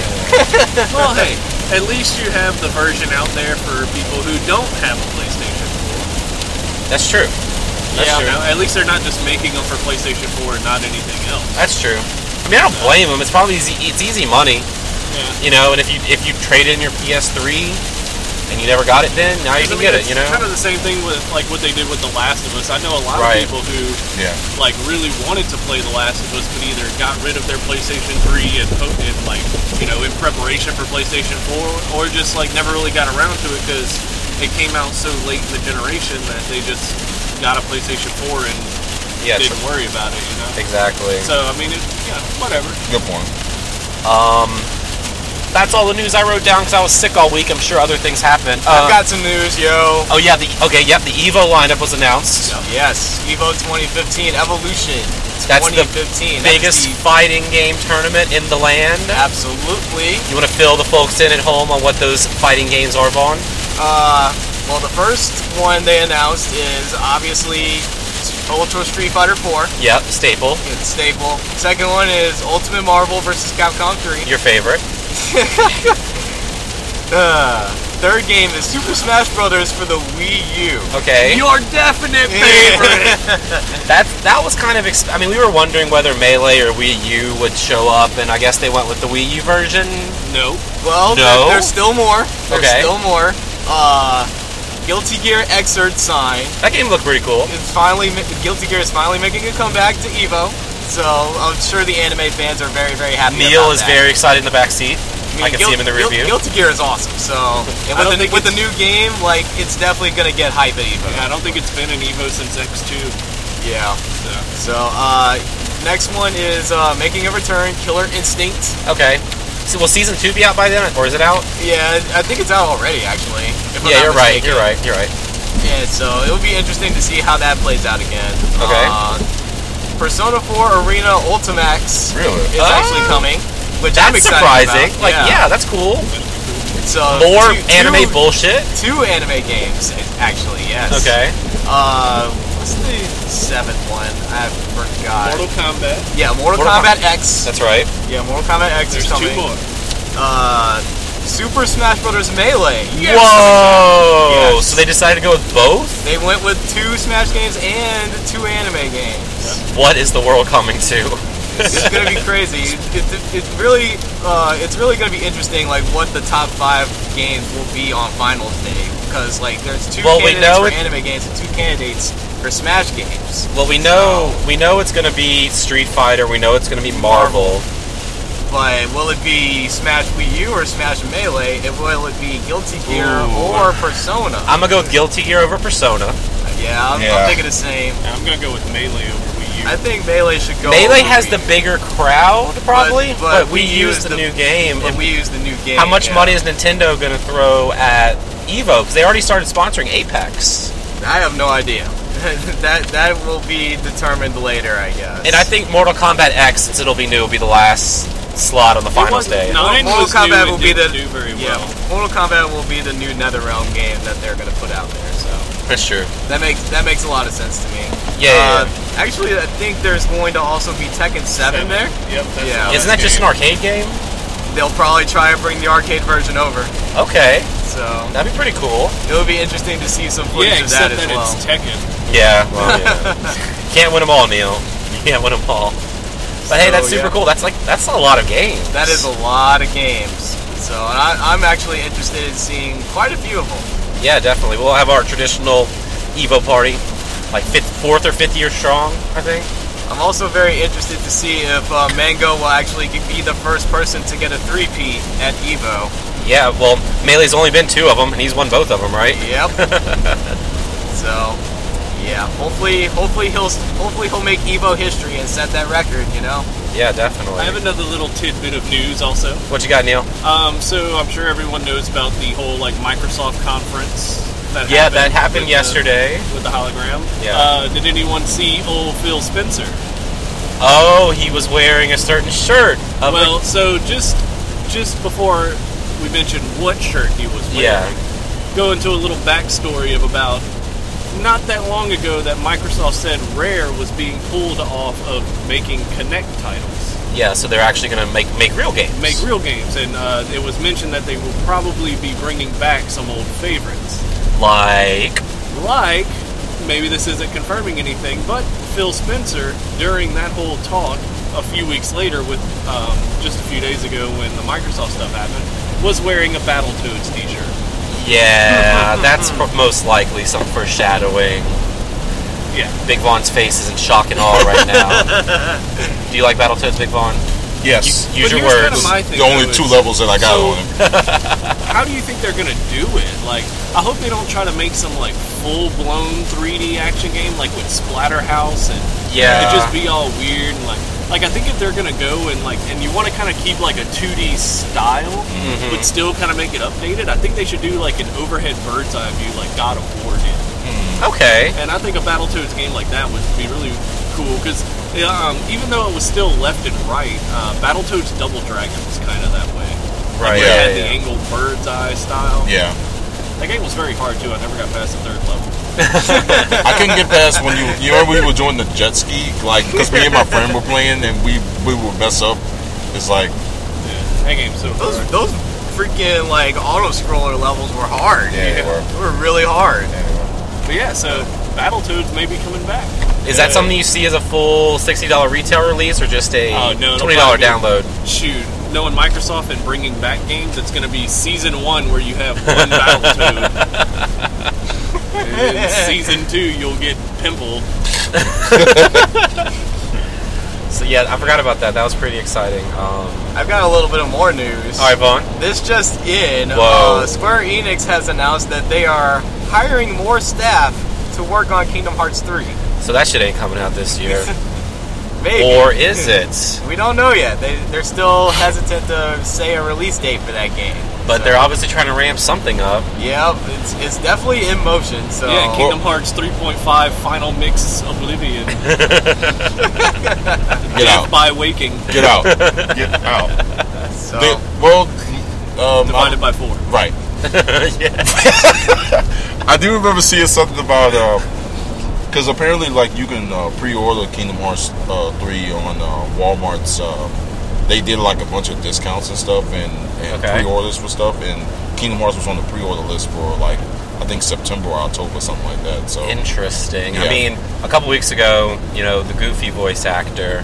[SPEAKER 2] Well, hey, at least you have the version out there for people who don't have a PlayStation.
[SPEAKER 1] That's true. That's
[SPEAKER 2] yeah,
[SPEAKER 1] true.
[SPEAKER 2] now, at least they're not just making them for PlayStation 4 and not anything else.
[SPEAKER 1] That's true. I mean, I don't blame them. It's probably easy, it's easy money,
[SPEAKER 2] Yeah.
[SPEAKER 1] you know. And if you if you trade in your PS3 and you never got it, then now you
[SPEAKER 2] I
[SPEAKER 1] can
[SPEAKER 2] mean,
[SPEAKER 1] get it.
[SPEAKER 2] it's
[SPEAKER 1] You know.
[SPEAKER 2] kind of the same thing with like what they did with The Last of Us. I know a lot
[SPEAKER 1] Right.
[SPEAKER 2] of people who
[SPEAKER 3] Yeah.
[SPEAKER 2] like really wanted to play The Last of Us, but either got rid of their PlayStation 3 and, po- and like you know in preparation for PlayStation 4, or just like never really got around to it because it came out so late in the generation that they just got a PlayStation 4 and
[SPEAKER 1] yeah.
[SPEAKER 2] didn't
[SPEAKER 1] Sure.
[SPEAKER 2] worry about it, you know.
[SPEAKER 1] Exactly.
[SPEAKER 2] So I mean, it, yeah, whatever.
[SPEAKER 3] Good point.
[SPEAKER 1] That's all the news I wrote down because I was sick all week. I'm sure other things happened. Uh,
[SPEAKER 4] I've got some news, yo.
[SPEAKER 1] oh yeah. The okay. Yep. The Evo lineup was announced.
[SPEAKER 2] Yeah.
[SPEAKER 4] Yes, Evo 2015 Evolution.
[SPEAKER 1] That's the
[SPEAKER 4] 2015. That's
[SPEAKER 1] Biggest
[SPEAKER 4] the-
[SPEAKER 1] fighting game tournament in the land.
[SPEAKER 4] absolutely.
[SPEAKER 1] You want to fill the folks in at home on what those fighting games are, Vaughn?
[SPEAKER 4] Uh, well, the first one they announced is obviously Ultra Street Fighter 4.
[SPEAKER 1] Yep, staple.
[SPEAKER 4] It's staple. Second one is Ultimate Marvel versus Capcom 3.
[SPEAKER 1] Your favorite.
[SPEAKER 4] Uh, third game is Super Smash Brothers for the Wii U.
[SPEAKER 1] Okay.
[SPEAKER 2] Your definite
[SPEAKER 1] That that was kind of. Exp- I mean, we were wondering whether Melee or Wii U would show up, and I guess they went with the Wii U version.
[SPEAKER 2] no.
[SPEAKER 4] Well,
[SPEAKER 1] No.
[SPEAKER 4] there- there's still more. There's
[SPEAKER 1] Okay.
[SPEAKER 4] still more. Uh, Guilty Gear Xrd Sign.
[SPEAKER 1] That game looked pretty cool.
[SPEAKER 4] It's finally ma- Guilty Gear is finally making a comeback to Evo. So I'm sure the anime fans are very, very happy.
[SPEAKER 1] Neil
[SPEAKER 4] about
[SPEAKER 1] is
[SPEAKER 4] that.
[SPEAKER 1] very excited in the back seat.
[SPEAKER 4] mean,
[SPEAKER 1] I can
[SPEAKER 4] Guil-
[SPEAKER 1] see him in the
[SPEAKER 4] Guil-
[SPEAKER 1] review.
[SPEAKER 4] Guilty Gear is awesome. So and
[SPEAKER 2] I
[SPEAKER 4] with,
[SPEAKER 2] don't
[SPEAKER 4] the,
[SPEAKER 2] think
[SPEAKER 4] with the new game, like it's definitely gonna get hype at Evo.
[SPEAKER 2] Yeah, I don't think it's been an Evo since X2.
[SPEAKER 4] Yeah.
[SPEAKER 2] So.
[SPEAKER 4] So uh, next one is uh, making a return, Killer Instinct.
[SPEAKER 1] Okay. So, will season two be out by then, or is it out?
[SPEAKER 4] Yeah, I think it's out already actually. if I'm
[SPEAKER 1] yeah,
[SPEAKER 4] not
[SPEAKER 1] you're right.
[SPEAKER 4] mistaken.
[SPEAKER 1] You're right. You're right.
[SPEAKER 4] Yeah, so it'll be interesting to see how that plays out again.
[SPEAKER 1] Okay.
[SPEAKER 4] Uh, Persona 4 Arena Ultimax
[SPEAKER 3] Really?
[SPEAKER 4] is
[SPEAKER 1] Oh.
[SPEAKER 4] actually coming, which I'm
[SPEAKER 1] That's
[SPEAKER 4] excited
[SPEAKER 1] surprising.
[SPEAKER 4] about.
[SPEAKER 1] Like, yeah. that's cool.
[SPEAKER 4] So
[SPEAKER 1] More
[SPEAKER 4] two-
[SPEAKER 1] anime
[SPEAKER 4] two-
[SPEAKER 1] bullshit.
[SPEAKER 4] Two anime games, actually. Yes.
[SPEAKER 1] Okay.
[SPEAKER 4] Uh, what's the seventh one? I forgot.
[SPEAKER 2] Mortal Kombat.
[SPEAKER 4] yeah, Mortal,
[SPEAKER 1] Mortal
[SPEAKER 4] Kombat X.
[SPEAKER 1] That's right.
[SPEAKER 4] yeah, Mortal Kombat X
[SPEAKER 2] There's
[SPEAKER 4] is coming.
[SPEAKER 2] two more.
[SPEAKER 4] Uh, Super Smash Bros. Melee.
[SPEAKER 1] Whoa!
[SPEAKER 4] Yes.
[SPEAKER 1] So they decided to go with both.
[SPEAKER 4] They went with two Smash games and two anime games.
[SPEAKER 1] What is the world coming to?
[SPEAKER 4] it's gonna be crazy. It's, it's, it's really, uh, it's really gonna be interesting. Like what the top five games will be on finals day, because like there's two
[SPEAKER 1] Well, we
[SPEAKER 4] candidates
[SPEAKER 1] know
[SPEAKER 4] for
[SPEAKER 1] it-
[SPEAKER 4] anime games and two candidates for Smash games.
[SPEAKER 1] Well, we know we know it's going to be Street Fighter. We know it's going to be Marvel.
[SPEAKER 4] But will it be Smash Wii U or Smash Melee? And will it be Guilty Gear
[SPEAKER 1] Ooh.
[SPEAKER 4] or Persona?
[SPEAKER 1] I'm gonna go with Guilty Gear over Persona.
[SPEAKER 4] yeah, I'm,
[SPEAKER 3] Yeah.
[SPEAKER 4] I'm thinking the same.
[SPEAKER 2] Yeah, I'm gonna go with Melee over Wii U.
[SPEAKER 4] I think Melee should go.
[SPEAKER 1] Melee
[SPEAKER 4] over
[SPEAKER 1] has
[SPEAKER 4] Wii
[SPEAKER 1] the
[SPEAKER 4] U,
[SPEAKER 1] bigger crowd, probably,
[SPEAKER 4] but
[SPEAKER 1] but, we
[SPEAKER 4] Wii U
[SPEAKER 1] use
[SPEAKER 4] is
[SPEAKER 1] the,
[SPEAKER 4] the-
[SPEAKER 1] new game.
[SPEAKER 4] But
[SPEAKER 1] And
[SPEAKER 4] we use the new game.
[SPEAKER 1] how much
[SPEAKER 4] yeah.
[SPEAKER 1] money is Nintendo gonna throw at Evo? Because they already started sponsoring Apex,
[SPEAKER 4] I have no idea. that that will be determined later, I guess.
[SPEAKER 1] and I think Mortal Kombat X, since it'll be new, will be the last slot on the finals
[SPEAKER 2] wasn't-
[SPEAKER 1] day.
[SPEAKER 2] no. Nine
[SPEAKER 4] Mortal
[SPEAKER 2] was
[SPEAKER 4] Kombat
[SPEAKER 2] new
[SPEAKER 4] will
[SPEAKER 2] and
[SPEAKER 4] be the
[SPEAKER 2] didn't do very
[SPEAKER 4] yeah.
[SPEAKER 2] well.
[SPEAKER 4] Mortal Kombat will be the new NetherRealm game that they're gonna put out there. So
[SPEAKER 1] That's true.
[SPEAKER 4] that makes that makes a lot of sense to me.
[SPEAKER 1] Yeah, yeah, yeah.
[SPEAKER 4] Uh, actually, I think there's going to also be Tekken Seven there.
[SPEAKER 2] Yep. That's
[SPEAKER 4] Yeah.
[SPEAKER 2] another
[SPEAKER 1] Isn't that just an
[SPEAKER 2] game.
[SPEAKER 1] arcade game?
[SPEAKER 4] They'll probably try and bring the arcade version over.
[SPEAKER 1] Okay,
[SPEAKER 4] So
[SPEAKER 1] that'd be pretty cool.
[SPEAKER 4] it would be interesting to see some footage
[SPEAKER 2] Yeah,
[SPEAKER 4] of that
[SPEAKER 2] except
[SPEAKER 4] as
[SPEAKER 2] that,
[SPEAKER 4] well.
[SPEAKER 2] it's Tekken.
[SPEAKER 1] Yeah. Well, yeah. Can't win them all, Neil. You can't win them all. But hey,
[SPEAKER 4] So,
[SPEAKER 1] that's super
[SPEAKER 4] yeah.
[SPEAKER 1] cool. That's like that's a lot of games.
[SPEAKER 4] that is a lot of games. So and I, I'm actually interested in seeing quite a few of them.
[SPEAKER 1] yeah, definitely. We'll have our traditional Evo party, like fifth, fourth or fifth year strong. I think.
[SPEAKER 4] I'm also very interested to see if uh, Mango will actually be the first person to get a three-peat at Evo.
[SPEAKER 1] Yeah. Well, Melee's only been two of them, and he's won both of them, right?
[SPEAKER 4] Yep. so, yeah. Hopefully, hopefully he'll hopefully he'll make Evo history and set that record. You know.
[SPEAKER 1] Yeah, definitely.
[SPEAKER 2] I have another little tidbit of news also.
[SPEAKER 1] What you got, Neil?
[SPEAKER 2] Um, so I'm sure everyone knows about the whole like Microsoft conference. That
[SPEAKER 1] yeah, that happened
[SPEAKER 2] with
[SPEAKER 1] yesterday.
[SPEAKER 2] the, with the hologram.
[SPEAKER 1] Yeah.
[SPEAKER 2] Uh, did anyone see old Phil Spencer?
[SPEAKER 1] Oh, he was wearing a certain shirt. Of
[SPEAKER 2] well, so just just before we mentioned what shirt he was
[SPEAKER 1] the,
[SPEAKER 2] wearing,
[SPEAKER 1] yeah.
[SPEAKER 2] go into a little backstory of about not that long ago that Microsoft said Rare was being pulled off of making Connect titles.
[SPEAKER 1] Yeah. So they're actually gonna make make real games.
[SPEAKER 2] make real games, and uh, it was mentioned that they will probably be bringing back some old favorites,
[SPEAKER 1] like
[SPEAKER 2] like maybe this isn't confirming anything, but Phil Spencer, during that whole talk a few weeks later, with um, just a few days ago when the Microsoft stuff happened, was wearing a Battletoads t shirt.
[SPEAKER 1] Yeah, that's pro- most likely some foreshadowing.
[SPEAKER 2] Yeah.
[SPEAKER 1] Big Vaughn's face is in shock and awe right now. Do you like Battletoads, Big Vaughn?
[SPEAKER 3] Yes.
[SPEAKER 1] Use
[SPEAKER 2] But
[SPEAKER 1] your
[SPEAKER 2] here's kinda
[SPEAKER 1] words.
[SPEAKER 2] my thing,
[SPEAKER 3] the only
[SPEAKER 2] though,
[SPEAKER 3] two
[SPEAKER 2] is-
[SPEAKER 3] levels that I got
[SPEAKER 2] So-
[SPEAKER 3] on him.
[SPEAKER 2] how do you think they're gonna do it? Like, I hope they don't try to make some like full blown 3D action game like with Splatterhouse and
[SPEAKER 1] Yeah.
[SPEAKER 2] it just be all weird and like. Like I think if they're gonna go and like, and you want to kind of keep like a 2D style,
[SPEAKER 3] Mm-hmm.
[SPEAKER 2] but still kind of make it updated, I think they should do like an overhead bird's eye view, like God of War did.
[SPEAKER 1] Okay.
[SPEAKER 2] And I think a Battletoads game like that would be really cool because um, even though it was still left and right, uh, Battletoads Double Dragon was kind of that way.
[SPEAKER 1] Right.
[SPEAKER 2] Where
[SPEAKER 3] Yeah,
[SPEAKER 2] it had the angled bird's eye style.
[SPEAKER 3] Yeah.
[SPEAKER 2] That game was very hard too. I never got past the third level.
[SPEAKER 3] I couldn't get past when you you remember we were doing the jet ski like because me and my friend were playing and we we would mess up. It's like
[SPEAKER 2] Yeah, that game's so
[SPEAKER 4] Those
[SPEAKER 2] hard.
[SPEAKER 4] those freaking like auto scroller levels were hard.
[SPEAKER 3] Yeah, they were.
[SPEAKER 4] They were really hard.
[SPEAKER 2] But yeah, so Battletoads may be coming back.
[SPEAKER 1] Is that
[SPEAKER 2] Uh,
[SPEAKER 1] something you see as a full sixty dollar retail release or just a
[SPEAKER 2] Oh, no, it'll
[SPEAKER 1] twenty dollar
[SPEAKER 2] probably be-
[SPEAKER 1] download?
[SPEAKER 2] Shoot, knowing Microsoft and bringing back games, it's going to be season one where you have one Battletoad. and season two, you'll get Pimple.
[SPEAKER 1] So yeah, I forgot about that. That was pretty exciting. Um,
[SPEAKER 4] I've got a little bit of more news.
[SPEAKER 1] all right, Vaughn.
[SPEAKER 4] This just in,
[SPEAKER 1] Whoa.
[SPEAKER 4] uh, Square Enix has announced that they are hiring more staff to work on Kingdom Hearts 3.
[SPEAKER 1] So that shit ain't coming out this year,
[SPEAKER 4] Maybe.
[SPEAKER 1] or is it?
[SPEAKER 4] We don't know yet. They, they're still hesitant to say a release date for that game.
[SPEAKER 1] But
[SPEAKER 4] So,
[SPEAKER 1] they're obviously trying to ramp something up.
[SPEAKER 4] Yep, it's, it's definitely in motion. So
[SPEAKER 2] Yeah, Kingdom Hearts 3.5 Final Mix Oblivion
[SPEAKER 3] get out,
[SPEAKER 2] by Waking
[SPEAKER 3] get out, get out.
[SPEAKER 4] so,
[SPEAKER 3] The, well, uh, my-
[SPEAKER 2] divided by four.
[SPEAKER 3] right. I do remember seeing something about because apparently, like you can uh, pre-order Kingdom Hearts uh, three on uh, Walmart's. Uh, they did like a bunch of discounts and stuff, and, and
[SPEAKER 1] Okay.
[SPEAKER 3] pre-orders for stuff. And Kingdom Hearts was on the pre-order list for like I think September or October, something like that. So
[SPEAKER 1] Interesting. I
[SPEAKER 3] Yeah.
[SPEAKER 1] mean, a couple weeks ago, you know, the goofy voice actor,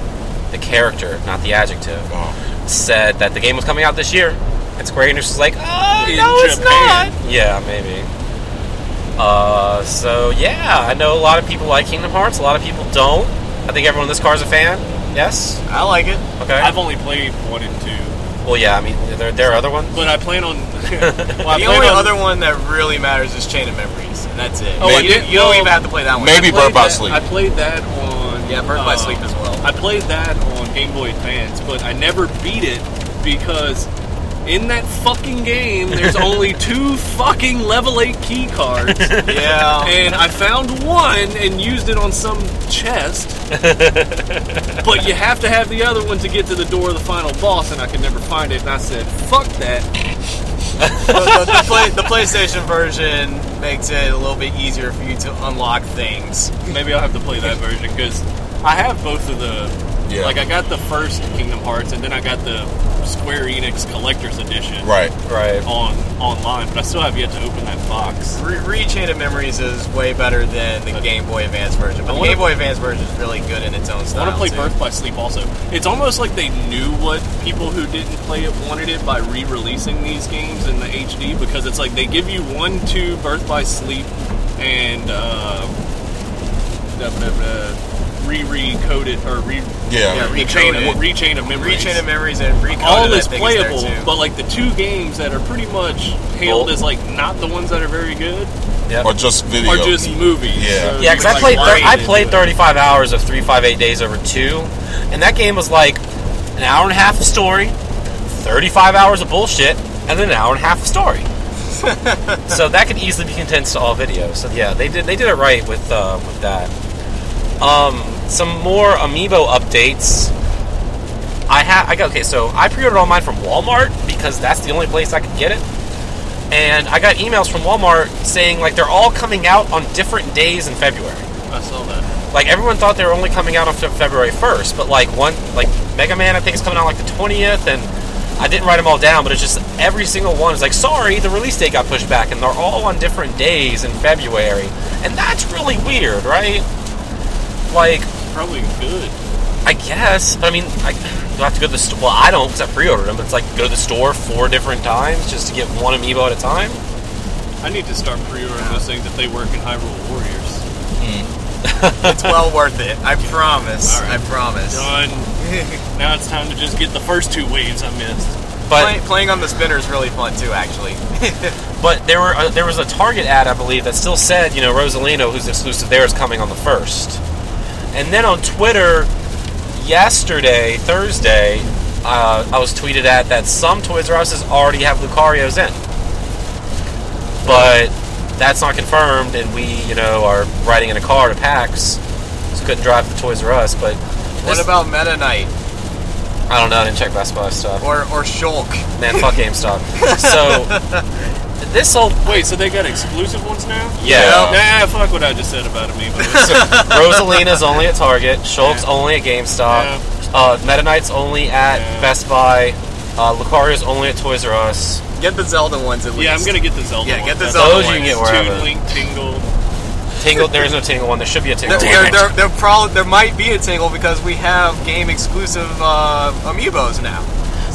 [SPEAKER 1] the character, not the adjective,
[SPEAKER 3] uh,
[SPEAKER 1] said that the game was coming out this year, and Square Enix was like, "Oh
[SPEAKER 2] In
[SPEAKER 1] no, it's
[SPEAKER 2] Japan.
[SPEAKER 1] not." Yeah, maybe. Uh, so yeah, I know a lot of people like Kingdom Hearts. A lot of people don't. I think everyone in this car is a fan. Yes.
[SPEAKER 4] I like it.
[SPEAKER 1] Okay.
[SPEAKER 2] I've only played one and two,
[SPEAKER 1] well, yeah. I mean, there, there are other ones.
[SPEAKER 2] but I plan on. well, I
[SPEAKER 4] The
[SPEAKER 2] plan
[SPEAKER 4] only
[SPEAKER 2] on-
[SPEAKER 4] other one that really matters is Chain of Memories, and that's it.
[SPEAKER 2] Oh, I
[SPEAKER 4] you,
[SPEAKER 2] didn't
[SPEAKER 4] you don't
[SPEAKER 2] know-
[SPEAKER 4] even have to play that one.
[SPEAKER 3] Maybe-
[SPEAKER 2] I
[SPEAKER 3] Bird
[SPEAKER 2] played
[SPEAKER 3] by
[SPEAKER 2] that-
[SPEAKER 3] Sleep.
[SPEAKER 2] I played that on.
[SPEAKER 4] Yeah, Bird by
[SPEAKER 2] uh,
[SPEAKER 4] Sleep as well.
[SPEAKER 2] I played that on Game Boy Advance, but I never beat it because in that fucking game, there's only two fucking level eight key cards,
[SPEAKER 4] Yeah.
[SPEAKER 2] and I found one and used it on some chest. but you have to have the other one to get to the door of the final boss, and I could never find it. And I said, "Fuck that."
[SPEAKER 4] the, the- the play, the PlayStation version makes it a little bit easier for you to unlock things.
[SPEAKER 2] Maybe I'll have to play that version because I have both of the.
[SPEAKER 3] Yeah.
[SPEAKER 2] Like I got the first Kingdom Hearts, and then I got the Square Enix Collector's Edition
[SPEAKER 3] right.
[SPEAKER 1] Right.
[SPEAKER 2] on online, but I still have yet to open that box.
[SPEAKER 4] Re- Rechain of Memories is way better than the Game Boy Advance version, but
[SPEAKER 2] I
[SPEAKER 4] the
[SPEAKER 2] wanna-
[SPEAKER 4] Game Boy Advance version is really good in its own
[SPEAKER 2] I
[SPEAKER 4] style.
[SPEAKER 2] want to play
[SPEAKER 4] too.
[SPEAKER 2] Birth by Sleep also. It's almost like they knew what people who didn't play it wanted it by re-releasing these games in the HD because it's like they give you one, two Birth by Sleep, and uh, da- da- da- re-recoded or re
[SPEAKER 3] Yeah.
[SPEAKER 4] Yeah, re-
[SPEAKER 2] rechain
[SPEAKER 4] Recoded.
[SPEAKER 2] of, rechain of memories.
[SPEAKER 4] Rechain of Memories and Recoded.
[SPEAKER 2] all
[SPEAKER 4] I
[SPEAKER 2] is
[SPEAKER 4] think, there,
[SPEAKER 2] playable,
[SPEAKER 4] too.
[SPEAKER 2] but like the two games that are pretty much hailed
[SPEAKER 1] Well-
[SPEAKER 2] as like not the ones that are very good
[SPEAKER 1] Yep.
[SPEAKER 3] Or just video.
[SPEAKER 2] are just movies.
[SPEAKER 3] Yeah.
[SPEAKER 2] So
[SPEAKER 1] Yeah,
[SPEAKER 2] you
[SPEAKER 1] because
[SPEAKER 2] can,
[SPEAKER 1] I played
[SPEAKER 2] like,
[SPEAKER 1] thir- I
[SPEAKER 2] grind
[SPEAKER 1] played
[SPEAKER 2] into it.
[SPEAKER 1] 35 hours of 358 Days over two, and that game was like an hour and a half of story, 35 hours of bullshit, and then an hour and a half of story. so that could easily be condensed to all videos. So yeah, they did they did it right with uh, with that. Um, some more amiibo updates. I have I got okay. So I pre-ordered all mine from Walmart because that's the only place I could get it and I got emails from Walmart saying like they're all coming out on different days in February.
[SPEAKER 2] I saw that.
[SPEAKER 1] Like everyone thought they were only coming out on Fe- February first, but like one like Mega Man I think is coming out like the twentieth, and I didn't write them all down, but it's just every single one is like, sorry, the release date got pushed back, and they're all on different days in February, and that's really weird, right? Like,
[SPEAKER 2] Probably good.
[SPEAKER 1] I guess, but I mean, I you have to go to the store. Well, I don't because I pre-ordered them. It's like go to the store four different times just to get one amiibo at a time.
[SPEAKER 2] I need to start pre-ordering those things if they work in Hyrule Warriors.
[SPEAKER 4] It's well worth it. I promise.
[SPEAKER 2] All right.
[SPEAKER 4] I promise.
[SPEAKER 2] Done. Now it's time to just get the first two waves I missed.
[SPEAKER 1] But
[SPEAKER 4] Play, playing on the spinner is really fun too, actually.
[SPEAKER 1] but there were uh, there was a Target ad I believe that still said you know Rosalino who's exclusive there is coming on the first, and then on Twitter yesterday Thursday uh, I was tweeted at that some Toys R Uses already have Lucario's in, but that's not confirmed, and we you know are riding in a car to PAX, so couldn't drive to Toys R Us. But
[SPEAKER 4] what
[SPEAKER 1] this-
[SPEAKER 4] about Meta Knight
[SPEAKER 1] I don't know I didn't check Best Buy stuff.
[SPEAKER 4] or or Shulk?
[SPEAKER 1] Man, fuck GameStop. so this whole
[SPEAKER 2] Wait, so they got exclusive ones now?
[SPEAKER 1] Yeah.
[SPEAKER 2] Nah, fuck what I just said about Amiibo.
[SPEAKER 1] Rosalina's only at Target. Shulk's
[SPEAKER 2] Yeah.
[SPEAKER 1] only at GameStop.
[SPEAKER 2] Yeah.
[SPEAKER 1] Uh, Meta Knight's only at
[SPEAKER 2] Yeah.
[SPEAKER 1] Best Buy. Uh, Lucario's only at Toys R Us.
[SPEAKER 4] Get the Zelda ones at least.
[SPEAKER 2] yeah, I'm gonna get the Zelda.
[SPEAKER 4] Yeah, get the
[SPEAKER 2] ones.
[SPEAKER 4] Zelda
[SPEAKER 1] Those you can
[SPEAKER 4] ones.
[SPEAKER 1] get wherever.
[SPEAKER 2] Toon Link Tingle.
[SPEAKER 1] Tingle, there is no Tingle one. There should be a Tingle
[SPEAKER 4] There,
[SPEAKER 1] one.
[SPEAKER 4] there, there, there, probably, there might be a tingle because we have game exclusive uh, amiibos now.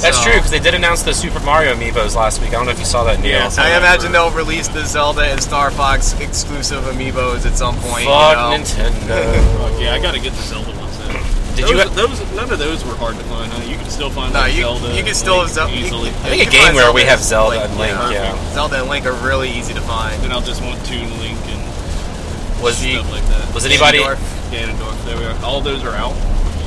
[SPEAKER 1] That's
[SPEAKER 4] So,
[SPEAKER 1] true because they did announce the Super Mario amiibos last week. I don't know if you saw that news.
[SPEAKER 2] Yeah,
[SPEAKER 4] I imagine they'll release the Zelda and Star Fox exclusive amiibos at some
[SPEAKER 1] Fuck
[SPEAKER 4] point. you know?
[SPEAKER 1] Nintendo.
[SPEAKER 2] Fuck yeah, I gotta get the Zelda ones now.
[SPEAKER 1] Did
[SPEAKER 2] those,
[SPEAKER 1] you-
[SPEAKER 2] those? None of those were hard to find. Huh? You can still find
[SPEAKER 4] No,
[SPEAKER 2] like,
[SPEAKER 4] you,
[SPEAKER 2] Zelda.
[SPEAKER 4] you can
[SPEAKER 2] and
[SPEAKER 4] still
[SPEAKER 2] Link
[SPEAKER 4] have Zelda.
[SPEAKER 2] easily.
[SPEAKER 1] I think at Game Where we have Zelda and Link, yeah.
[SPEAKER 4] Zelda and Link are really easy to find.
[SPEAKER 2] Then I'll just want Toon Link and
[SPEAKER 1] Was he?
[SPEAKER 2] stuff like that.
[SPEAKER 1] Was anybody?
[SPEAKER 4] Ganondorf.
[SPEAKER 2] Ganondorf? There we are. All those are out.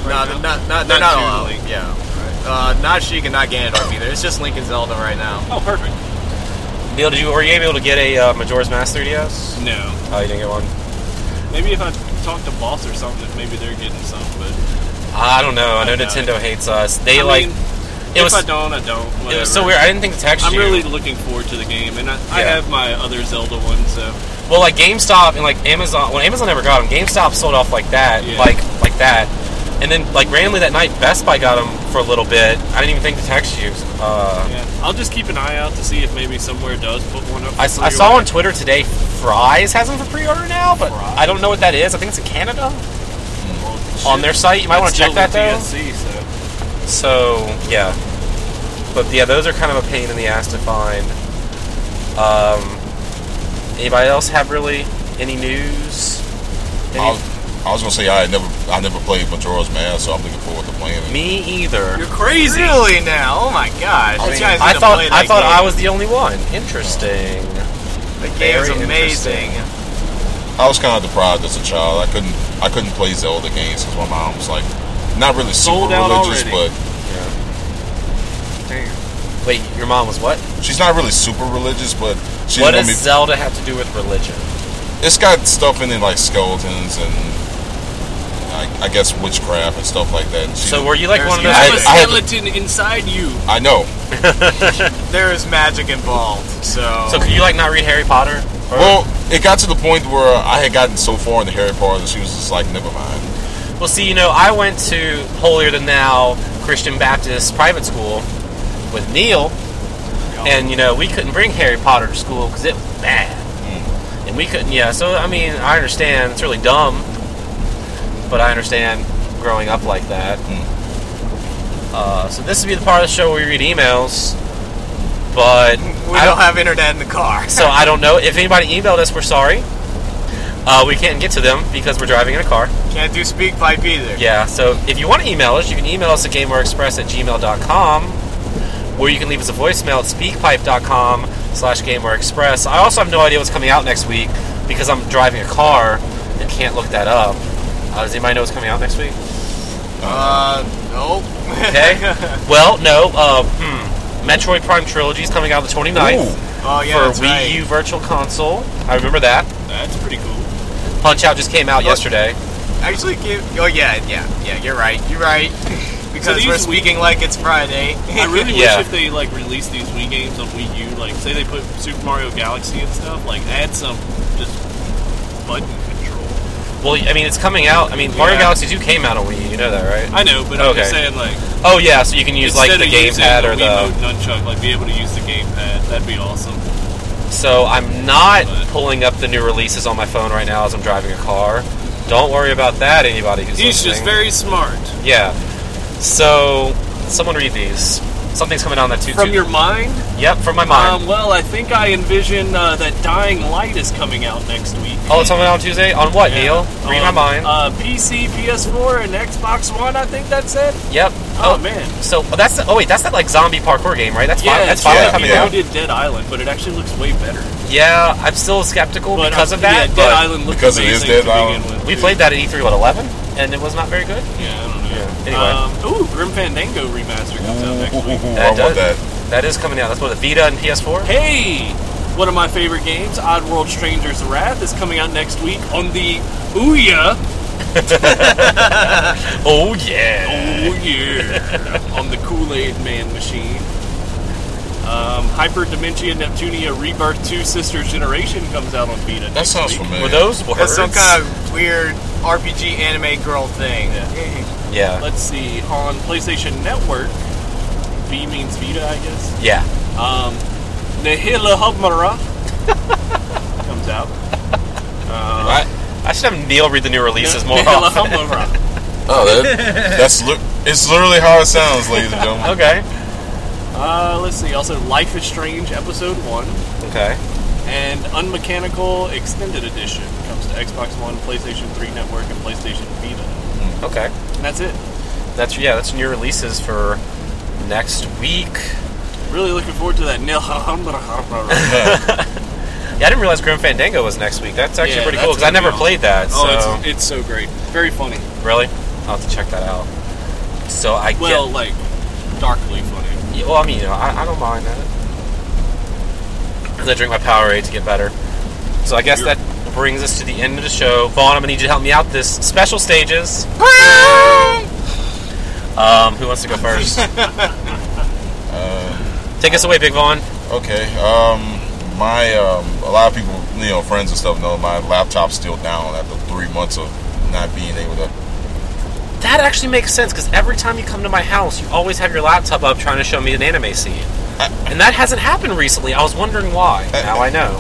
[SPEAKER 4] No,
[SPEAKER 2] right
[SPEAKER 4] they're
[SPEAKER 2] now?
[SPEAKER 4] not, not, they're not,
[SPEAKER 2] Not Toon
[SPEAKER 4] all.
[SPEAKER 2] Link.
[SPEAKER 4] Yeah. Uh, not Sheik and not Ganondorf either. It's just Link and Zelda right now.
[SPEAKER 2] Oh, perfect.
[SPEAKER 1] Neil, did you? Were you able to get a uh, Majora's Mask 3DS?
[SPEAKER 2] No.
[SPEAKER 1] Oh, you didn't get one.
[SPEAKER 2] Maybe if I talk to boss or something, if maybe they're getting some. But
[SPEAKER 1] I don't know. I know
[SPEAKER 2] I know.
[SPEAKER 1] Nintendo hates us. They
[SPEAKER 2] I
[SPEAKER 1] like.
[SPEAKER 2] mean,
[SPEAKER 1] it
[SPEAKER 2] if
[SPEAKER 1] was.
[SPEAKER 2] I don't, I don't. Whatever.
[SPEAKER 1] It was so weird. I didn't think to text
[SPEAKER 2] I'm
[SPEAKER 1] you.
[SPEAKER 2] really looking forward to the game, and I, I
[SPEAKER 1] Yeah.
[SPEAKER 2] have my other Zelda one. So
[SPEAKER 1] Well, like GameStop and like Amazon. Well, Amazon never got them. GameStop sold off like that,
[SPEAKER 2] Yeah.
[SPEAKER 1] like like that, and then like randomly that night, Best Buy got them for a little bit. I didn't even think to text you. Uh,
[SPEAKER 2] yeah, I'll just keep an eye out to see if maybe somewhere does put one up. for
[SPEAKER 1] I, s- I
[SPEAKER 2] free
[SPEAKER 1] saw
[SPEAKER 2] or-
[SPEAKER 1] on Twitter today, Fry's has them for pre-order now, but I don't know what that is. I think it's in Canada on their site. You might want to check that though.
[SPEAKER 2] DSC, so.
[SPEAKER 1] So yeah, but yeah, those are kind of a pain in the ass to find. Um, anybody else have really any news? Any-
[SPEAKER 3] I was, I was gonna say I had never I never played Majora's Mask, so I'm looking forward to playing it.
[SPEAKER 1] me either.
[SPEAKER 2] You're crazy.
[SPEAKER 4] Really now? Oh my gosh!
[SPEAKER 3] I
[SPEAKER 4] You
[SPEAKER 3] mean,
[SPEAKER 4] guys need
[SPEAKER 1] I
[SPEAKER 4] to
[SPEAKER 1] thought
[SPEAKER 4] play
[SPEAKER 1] I
[SPEAKER 4] that
[SPEAKER 1] thought
[SPEAKER 4] game.
[SPEAKER 1] I was the only one. Interesting.
[SPEAKER 4] The game's
[SPEAKER 1] Very
[SPEAKER 4] amazing.
[SPEAKER 3] I was kind of deprived as a child. I couldn't I couldn't play Zelda games because my mom was like not really super
[SPEAKER 2] Sold out
[SPEAKER 3] religious,
[SPEAKER 2] already.
[SPEAKER 3] but
[SPEAKER 1] Wait, your mom was what?
[SPEAKER 3] she's not really super religious, but she
[SPEAKER 1] what
[SPEAKER 3] didn't
[SPEAKER 1] does
[SPEAKER 3] want me.
[SPEAKER 1] Zelda have to do with religion?
[SPEAKER 3] it's got stuff in it like skeletons and I, I guess witchcraft and stuff like that. And she-
[SPEAKER 1] So were you like
[SPEAKER 4] There's
[SPEAKER 1] one of
[SPEAKER 4] you.
[SPEAKER 1] those?
[SPEAKER 2] There's
[SPEAKER 3] I-
[SPEAKER 2] a
[SPEAKER 3] I had-
[SPEAKER 2] skeleton inside you.
[SPEAKER 3] I know.
[SPEAKER 4] There is magic involved, so.
[SPEAKER 1] So could you like not read Harry Potter? Or-
[SPEAKER 3] Well, it got to the point where I had gotten so far into Harry Potter that she was just like, never mind.
[SPEAKER 1] well, see, you know, I went to holier than thou Christian Baptist private school with Neil, and you know we couldn't bring Harry Potter to school because it was bad, and we couldn't. Yeah, so I mean, I understand it's really dumb, but I understand growing up like that. Uh, so this would be the part of the show where we read emails, but
[SPEAKER 4] we don't have internet in the car.
[SPEAKER 1] so I don't know if anybody emailed us. We're sorry. Uh, we can't get to them because we're driving in a car.
[SPEAKER 4] Can't do speak pipe either.
[SPEAKER 1] Yeah, so if you want to email us, you can email us at gamewareexpress at gmail.com or you can leave us a voicemail at speakpipe.com slash gamewareexpress. I also have no idea what's coming out next week because I'm driving a car and can't look that up. Uh, does anybody know what's coming out next week?
[SPEAKER 4] Uh, nope.
[SPEAKER 1] Okay. well, no. Uh, hmm. Metroid Prime Trilogy is coming out the 29th
[SPEAKER 4] oh, yeah, that's
[SPEAKER 1] for Wii
[SPEAKER 4] right.
[SPEAKER 1] U Virtual Console. I remember that.
[SPEAKER 2] That's pretty cool.
[SPEAKER 1] Punch Out just came out
[SPEAKER 4] Look.
[SPEAKER 1] yesterday.
[SPEAKER 4] Actually, give. Oh, yeah, yeah, yeah, you're right. You're right. because
[SPEAKER 2] these
[SPEAKER 4] we're
[SPEAKER 2] Wii-
[SPEAKER 4] speaking like it's Friday.
[SPEAKER 2] I really
[SPEAKER 1] Yeah.
[SPEAKER 2] wish if they like released these Wii games on Wii U, like say they put Super Mario Galaxy and stuff, like add some just button control.
[SPEAKER 1] Well, I mean, it's coming out. I mean, Mario
[SPEAKER 2] Yeah.
[SPEAKER 1] Galaxy 2 came out on Wii. U, You know that, right?
[SPEAKER 2] I know, but I'm just
[SPEAKER 1] Okay.
[SPEAKER 2] saying like
[SPEAKER 1] Oh yeah, so you can use like
[SPEAKER 2] instead
[SPEAKER 1] the
[SPEAKER 2] of using
[SPEAKER 1] gamepad or
[SPEAKER 2] Wiimote
[SPEAKER 1] the.
[SPEAKER 2] nunchuck, like be able to use the gamepad. That'd be awesome.
[SPEAKER 1] So I'm not
[SPEAKER 2] But-
[SPEAKER 1] pulling up the new releases on my phone right now as I'm driving a car. Don't worry about that, anybody who's
[SPEAKER 2] He's just
[SPEAKER 1] listening.
[SPEAKER 2] very smart.
[SPEAKER 1] Yeah. So someone read these. Something's coming down that two.
[SPEAKER 2] From
[SPEAKER 1] two-
[SPEAKER 2] your mind,
[SPEAKER 1] Yep, from my mind.
[SPEAKER 2] um, well, I think I envision uh, that Dying Light is coming out next week.
[SPEAKER 1] oh, it's coming out on Tuesday. On what, Neil?
[SPEAKER 2] Yeah.
[SPEAKER 1] Read my
[SPEAKER 2] Um,
[SPEAKER 1] mind.
[SPEAKER 2] Uh, PC, PS4, and Xbox One. I think that's it.
[SPEAKER 1] yep.
[SPEAKER 2] Oh, man.
[SPEAKER 1] So oh, that's oh wait, that's that like zombie parkour game, right? That's
[SPEAKER 2] Yeah,
[SPEAKER 1] fine. That's
[SPEAKER 2] yeah,
[SPEAKER 1] finally
[SPEAKER 3] yeah,
[SPEAKER 1] coming
[SPEAKER 2] yeah.
[SPEAKER 1] out.
[SPEAKER 2] did Dead Island, but it actually looks way better.
[SPEAKER 1] Yeah, I'm still skeptical
[SPEAKER 2] But,
[SPEAKER 1] because
[SPEAKER 2] uh,
[SPEAKER 1] of that.
[SPEAKER 2] yeah, Dead
[SPEAKER 1] but
[SPEAKER 2] Island looked
[SPEAKER 3] Because it is
[SPEAKER 2] amazing
[SPEAKER 3] Dead
[SPEAKER 2] to begin
[SPEAKER 3] Island.
[SPEAKER 2] with,
[SPEAKER 1] we
[SPEAKER 2] too.
[SPEAKER 1] played that at E3 what 11, and it was not very good.
[SPEAKER 2] Yeah, I don't know.
[SPEAKER 1] Anyway,
[SPEAKER 2] Um, ooh, Grim Fandango remaster comes out next week.
[SPEAKER 3] Ooh,
[SPEAKER 1] That
[SPEAKER 3] Oh, I want
[SPEAKER 1] does-
[SPEAKER 3] that.
[SPEAKER 1] that is coming out. That's what the Vita and PS4.
[SPEAKER 2] Hey! One of my favorite games, Oddworld Stranger's Wrath, is coming out next week on the Ouya.
[SPEAKER 1] Oh yeah.
[SPEAKER 2] Oh yeah! on the Kool-Aid Man machine. Um, Hyper Dementia Neptunia Rebirth 2 Sisters Generation comes out on Vita.
[SPEAKER 3] That
[SPEAKER 2] next
[SPEAKER 3] sounds
[SPEAKER 2] week.
[SPEAKER 3] familiar.
[SPEAKER 1] Were those words?
[SPEAKER 4] That's some kind of weird RPG anime girl thing.
[SPEAKER 1] yeah,
[SPEAKER 2] Let's see, on PlayStation Network, V means Vita, I guess.
[SPEAKER 1] yeah.
[SPEAKER 2] Um, Nihila Hubmara comes out. Uh,
[SPEAKER 3] Uh-huh.
[SPEAKER 1] I, I should have Neil read the new releases more
[SPEAKER 2] Nihila
[SPEAKER 1] often.
[SPEAKER 2] Hubmara.
[SPEAKER 3] Oh, that, that's li- it's literally how it sounds, ladies and gentlemen.
[SPEAKER 1] Okay.
[SPEAKER 2] Uh, let's see, also Life is Strange Episode 1
[SPEAKER 1] Okay.
[SPEAKER 2] and Unmechanical Extended Edition comes to Xbox One, PlayStation 3 Network, and PlayStation Vita.
[SPEAKER 1] Okay.
[SPEAKER 2] And that's it.
[SPEAKER 1] That's yeah. That's new releases for next week.
[SPEAKER 2] Really looking forward to that Nihila Hubmara.
[SPEAKER 1] Yeah, I didn't realize Grim Fandango was next week. That's actually
[SPEAKER 2] Yeah,
[SPEAKER 1] pretty
[SPEAKER 2] that's
[SPEAKER 1] cool because I
[SPEAKER 2] gonna be
[SPEAKER 1] never
[SPEAKER 2] awesome.
[SPEAKER 1] played that. So
[SPEAKER 2] Oh, it's, it's so great. Very funny.
[SPEAKER 1] really, I'll have to check that out. So I
[SPEAKER 2] Well, like, darkly funny.
[SPEAKER 1] get. Well, I mean, you know, I, I don't mind that. And I drink my Powerade to get better. So I guess
[SPEAKER 2] You're-
[SPEAKER 1] that brings us to the end of the show. Vaughn, I'm gonna need you to help me out. This special stages. um, who wants to go first? Take us away, Big Vaughn.
[SPEAKER 3] Okay. Um, my um, a lot of people, you know, friends and stuff know my laptop's still down after three months of not being able to.
[SPEAKER 1] That actually makes sense because every time you come to my house, you always have your laptop up trying to show me an anime scene. And that hasn't happened recently. I was wondering why. Now I know.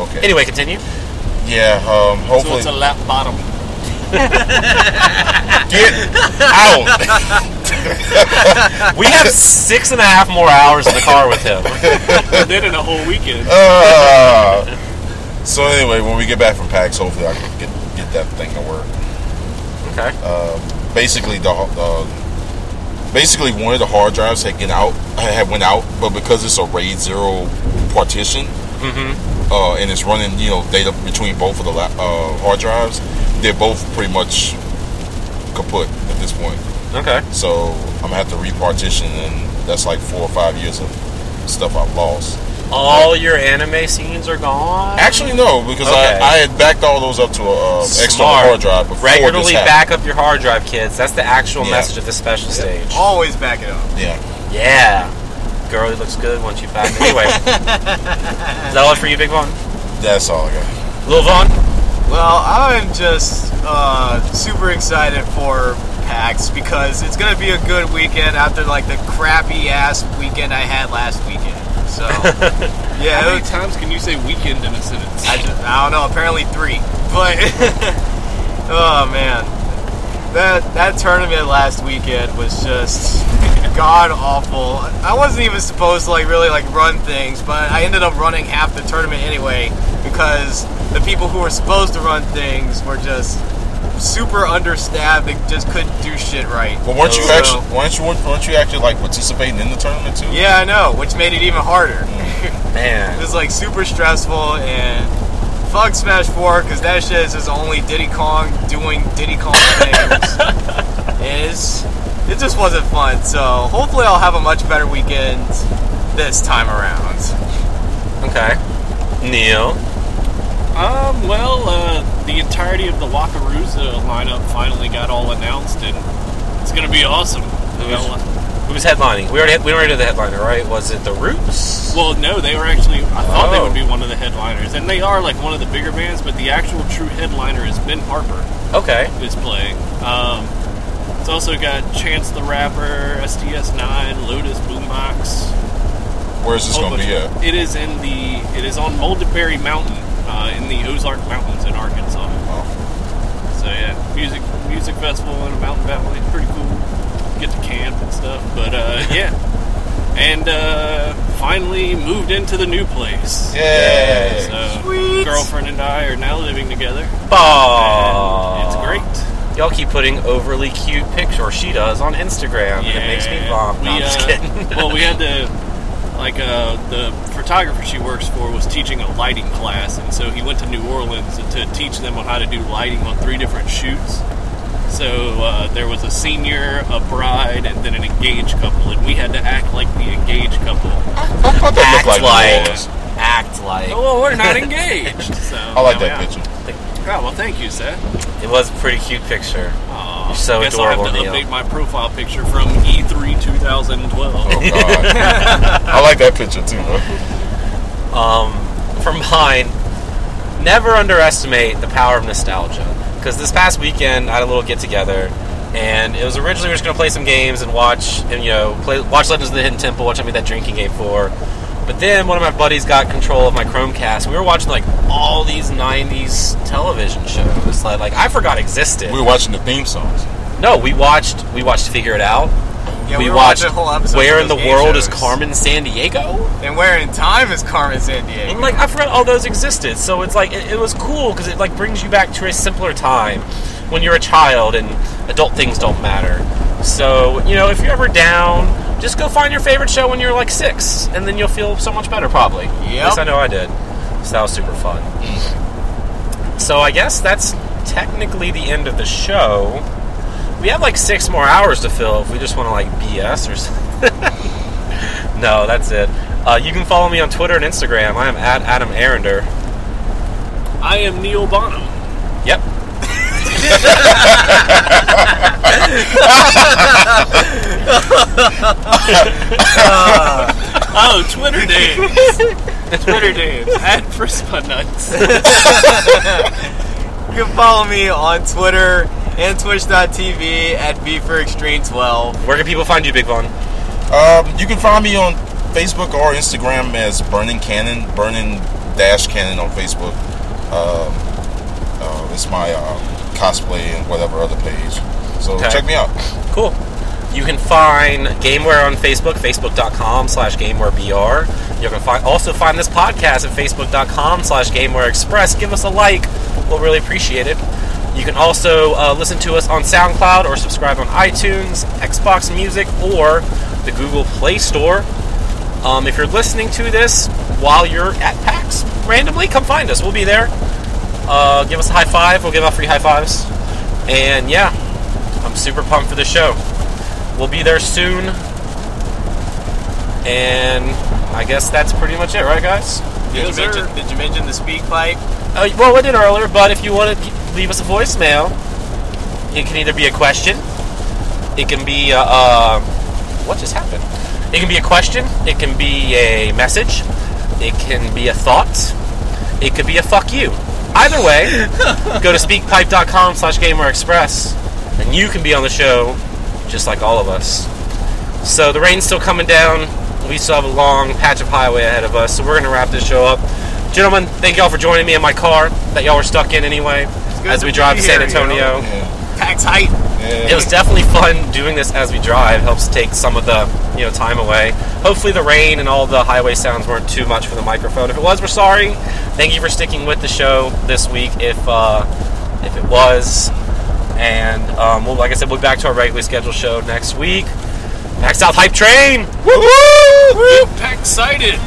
[SPEAKER 3] Okay.
[SPEAKER 1] Anyway, continue.
[SPEAKER 3] Yeah. Um,
[SPEAKER 2] So
[SPEAKER 3] hopefully,
[SPEAKER 2] it's a lap bottom.
[SPEAKER 3] get out.
[SPEAKER 1] We have six and a half more hours in the car with him.
[SPEAKER 2] then in a whole weekend.
[SPEAKER 3] Ah. so anyway, when we get back from PAX, hopefully I can get get that thing to work. Um,
[SPEAKER 1] Okay.
[SPEAKER 3] basically the uh, basically one of the hard drives had get out had went out, but because it's a RAID zero partition, uh, and it's running you know data between both of the la- uh, hard drives, they're both pretty much kaput at this point.
[SPEAKER 1] Okay.
[SPEAKER 3] So I'm gonna have to repartition, and that's like four or five years of stuff I've lost.
[SPEAKER 1] All your anime scenes are gone.
[SPEAKER 3] Actually, no, because
[SPEAKER 1] Okay.
[SPEAKER 3] I, I had backed all those up to a uh, external
[SPEAKER 1] Smart.
[SPEAKER 3] hard drive before this
[SPEAKER 1] regularly
[SPEAKER 3] happened.
[SPEAKER 1] back up your hard drive, kids. That's the actual
[SPEAKER 3] Yeah.
[SPEAKER 1] message of this special stage.
[SPEAKER 4] Always back it up.
[SPEAKER 3] Yeah,
[SPEAKER 1] Yeah. Girl, it looks good once you back. Anyway, is that all for you, Big Vaughn?
[SPEAKER 3] that's all I got.
[SPEAKER 1] Lil Vaughn.
[SPEAKER 4] Well, I'm just uh, super excited for PAX because it's gonna be a good weekend after like the crappy ass weekend I had last weekend. So yeah,
[SPEAKER 2] How
[SPEAKER 4] it
[SPEAKER 2] many
[SPEAKER 4] was-
[SPEAKER 2] times can you say weekend in a sentence?
[SPEAKER 4] I, just, I don't know. Apparently three, but oh man, that that tournament last weekend was just god awful. I wasn't even supposed to like really like run things, but I ended up running half the tournament anyway because the people who were supposed to run things were just super understaffed and just couldn't do shit right.
[SPEAKER 3] Well, weren't you
[SPEAKER 4] So-
[SPEAKER 3] actually? Weren't you? Weren't you actually like participating in the tournament too?
[SPEAKER 4] Yeah, I know, which made it even harder. It
[SPEAKER 1] Man.
[SPEAKER 4] was like super stressful and fuck Smash 4 because that shit is his only Diddy Kong doing Diddy Kong things. And it's it just wasn't fun. So hopefully I'll have a much better weekend this time around.
[SPEAKER 1] Okay. Neil.
[SPEAKER 2] Um, well, uh, the entirety of the Wakarusa lineup finally got all announced, and it's gonna be awesome. You know,
[SPEAKER 1] Who's headlining? We already had, we already did the headliner, right? Was it the Roots?
[SPEAKER 2] Well, no, they were actually. I thought they
[SPEAKER 1] Oh.
[SPEAKER 2] would be one of the headliners, and they are like one of the bigger bands. But the actual true headliner is Ben Harper,
[SPEAKER 1] Okay.
[SPEAKER 2] who's playing. Um, it's also got Chance the Rapper, STS9, Lotus Boombox.
[SPEAKER 3] Where's this
[SPEAKER 2] whole
[SPEAKER 3] going to
[SPEAKER 2] bunch
[SPEAKER 3] be
[SPEAKER 2] of-
[SPEAKER 3] at?
[SPEAKER 2] It is in the. It is on Mulberry Mountain uh, in the Ozark Mountains in Arkansas.
[SPEAKER 3] Oh,
[SPEAKER 2] So yeah, music music festival in a mountain valley. It's pretty cool. Get to camp and stuff. But uh, yeah, and uh, finally moved into the new place.
[SPEAKER 3] Yay.
[SPEAKER 2] So
[SPEAKER 4] Sweet.
[SPEAKER 2] girlfriend and I are now living together.
[SPEAKER 1] Aww.
[SPEAKER 2] And it's great.
[SPEAKER 1] Y'all keep putting overly cute pictures, or she does, on Instagram, and it makes me
[SPEAKER 2] Yeah.
[SPEAKER 1] bomb. No,
[SPEAKER 2] We,
[SPEAKER 1] I'm just
[SPEAKER 2] uh,
[SPEAKER 1] kidding.
[SPEAKER 2] well, we had to, like, uh, the photographer she works for was teaching a lighting class, and so he went to New Orleans to teach them on how to do lighting on three different shoots. So uh, there was a senior, a bride, and then an engaged couple, and we had to act like the engaged couple.
[SPEAKER 3] I thought that
[SPEAKER 1] act
[SPEAKER 3] looked like,
[SPEAKER 1] like,
[SPEAKER 3] New Orleans.
[SPEAKER 1] act like.
[SPEAKER 2] Oh, we're not engaged. So
[SPEAKER 3] I like that picture.
[SPEAKER 2] Oh, well, thank you, Seth.
[SPEAKER 1] It was a pretty cute picture.
[SPEAKER 2] Aw,
[SPEAKER 1] You're so
[SPEAKER 2] guess I'll have
[SPEAKER 1] adorable,
[SPEAKER 2] to
[SPEAKER 1] Neil.
[SPEAKER 2] update my profile picture from E E3 2012.
[SPEAKER 3] Oh God, I like that picture too. Bro.
[SPEAKER 1] Um, for mine, never underestimate the power of nostalgia. Because this past weekend, I had a little get together, and it was originally we were just going to play some games and watch, and you know, play watch Legends of the Hidden Temple, which I made that drinking game for. But then one of my buddies got control of my Chromecast. We were watching like all these '90s television shows that like I forgot existed.
[SPEAKER 3] We were watching the theme songs.
[SPEAKER 1] no, we watched we watched Figure It Out.
[SPEAKER 4] Yeah,
[SPEAKER 1] we,
[SPEAKER 4] were
[SPEAKER 1] watched
[SPEAKER 4] watching whole episodes
[SPEAKER 1] Where
[SPEAKER 4] of
[SPEAKER 1] in the
[SPEAKER 4] those game
[SPEAKER 1] World is
[SPEAKER 4] shows.
[SPEAKER 1] Carmen San Diego?
[SPEAKER 4] And where in time is Carmen San Diego?
[SPEAKER 1] And like I forgot all those existed, so it's like it, it was cool because it like brings you back to a simpler time when you're a child and adult things don't matter. So you know if you're ever down, just go find your favorite show when you're like six, and then you'll feel so much better probably. At least I know I did. So that was super fun. So I guess that's technically the end of the show. We have like six more hours to fill if we just want to like BS or something. No, that's it. Uh, you can follow me on Twitter and Instagram. I am at Adam Arender.
[SPEAKER 2] I am Neil Bonham.
[SPEAKER 1] Yep.
[SPEAKER 2] Oh, Twitter names. Twitter names. At first my nuts.
[SPEAKER 4] You can follow me on Twitter and twitch.tv at V for Extreme 12.
[SPEAKER 1] Where can people find you, Big Von?
[SPEAKER 3] Um, you can find me on Facebook or Instagram as Burning Cannon, Burning Dash Cannon on Facebook. Um, uh, it's my um, cosplay and whatever other page. So
[SPEAKER 1] Okay.
[SPEAKER 3] check me out.
[SPEAKER 1] Cool. You can find Gameware on Facebook, facebook.com slash GamewareBR. You can find, also find this podcast at facebook.com slash GamewareExpress. Give us a like. We'll really appreciate it. You can also uh, listen to us on SoundCloud or subscribe on iTunes, Xbox Music, or the Google Play Store. Um, if you're listening to this while you're at PAX, randomly come find us. We'll be there. Uh, give us a high five. We'll give out free high fives. And yeah, I'm super pumped for the show. We'll be there soon. And I guess that's pretty much it, right, guys?
[SPEAKER 4] Did,
[SPEAKER 2] Yes,
[SPEAKER 4] you mention,
[SPEAKER 2] sir.
[SPEAKER 4] did you mention the speak pipe?
[SPEAKER 1] Uh, well, I did earlier, but if you want to leave us a voicemail, it can either be a question, it can be uh, uh, what just happened? It can be a question, it can be a message, it can be a thought, it could be a fuck you. Either way, go to speakpipe.com slash gamerexpress and you can be on the show just like all of us. So the rain's still coming down. We still have a long patch of highway ahead of us, so we're gonna wrap this show up. Gentlemen, thank y'all for joining me in my car that y'all were stuck in anyway
[SPEAKER 4] good
[SPEAKER 1] as
[SPEAKER 4] to
[SPEAKER 1] we
[SPEAKER 4] be
[SPEAKER 1] drive to San
[SPEAKER 4] here, yo.
[SPEAKER 1] Antonio.
[SPEAKER 3] Yeah.
[SPEAKER 4] Packed tight.
[SPEAKER 3] Yeah.
[SPEAKER 1] It was definitely fun doing this as we drive. Helps take some of the you know time away. Hopefully the rain and all the highway sounds weren't too much for the microphone. If it was, we're sorry. Thank you for sticking with the show this week. If uh, if it was, and um, well, like I said, we'll be back to our regularly scheduled show next week. Back South Hype Train. Woo!
[SPEAKER 2] Pack sighted.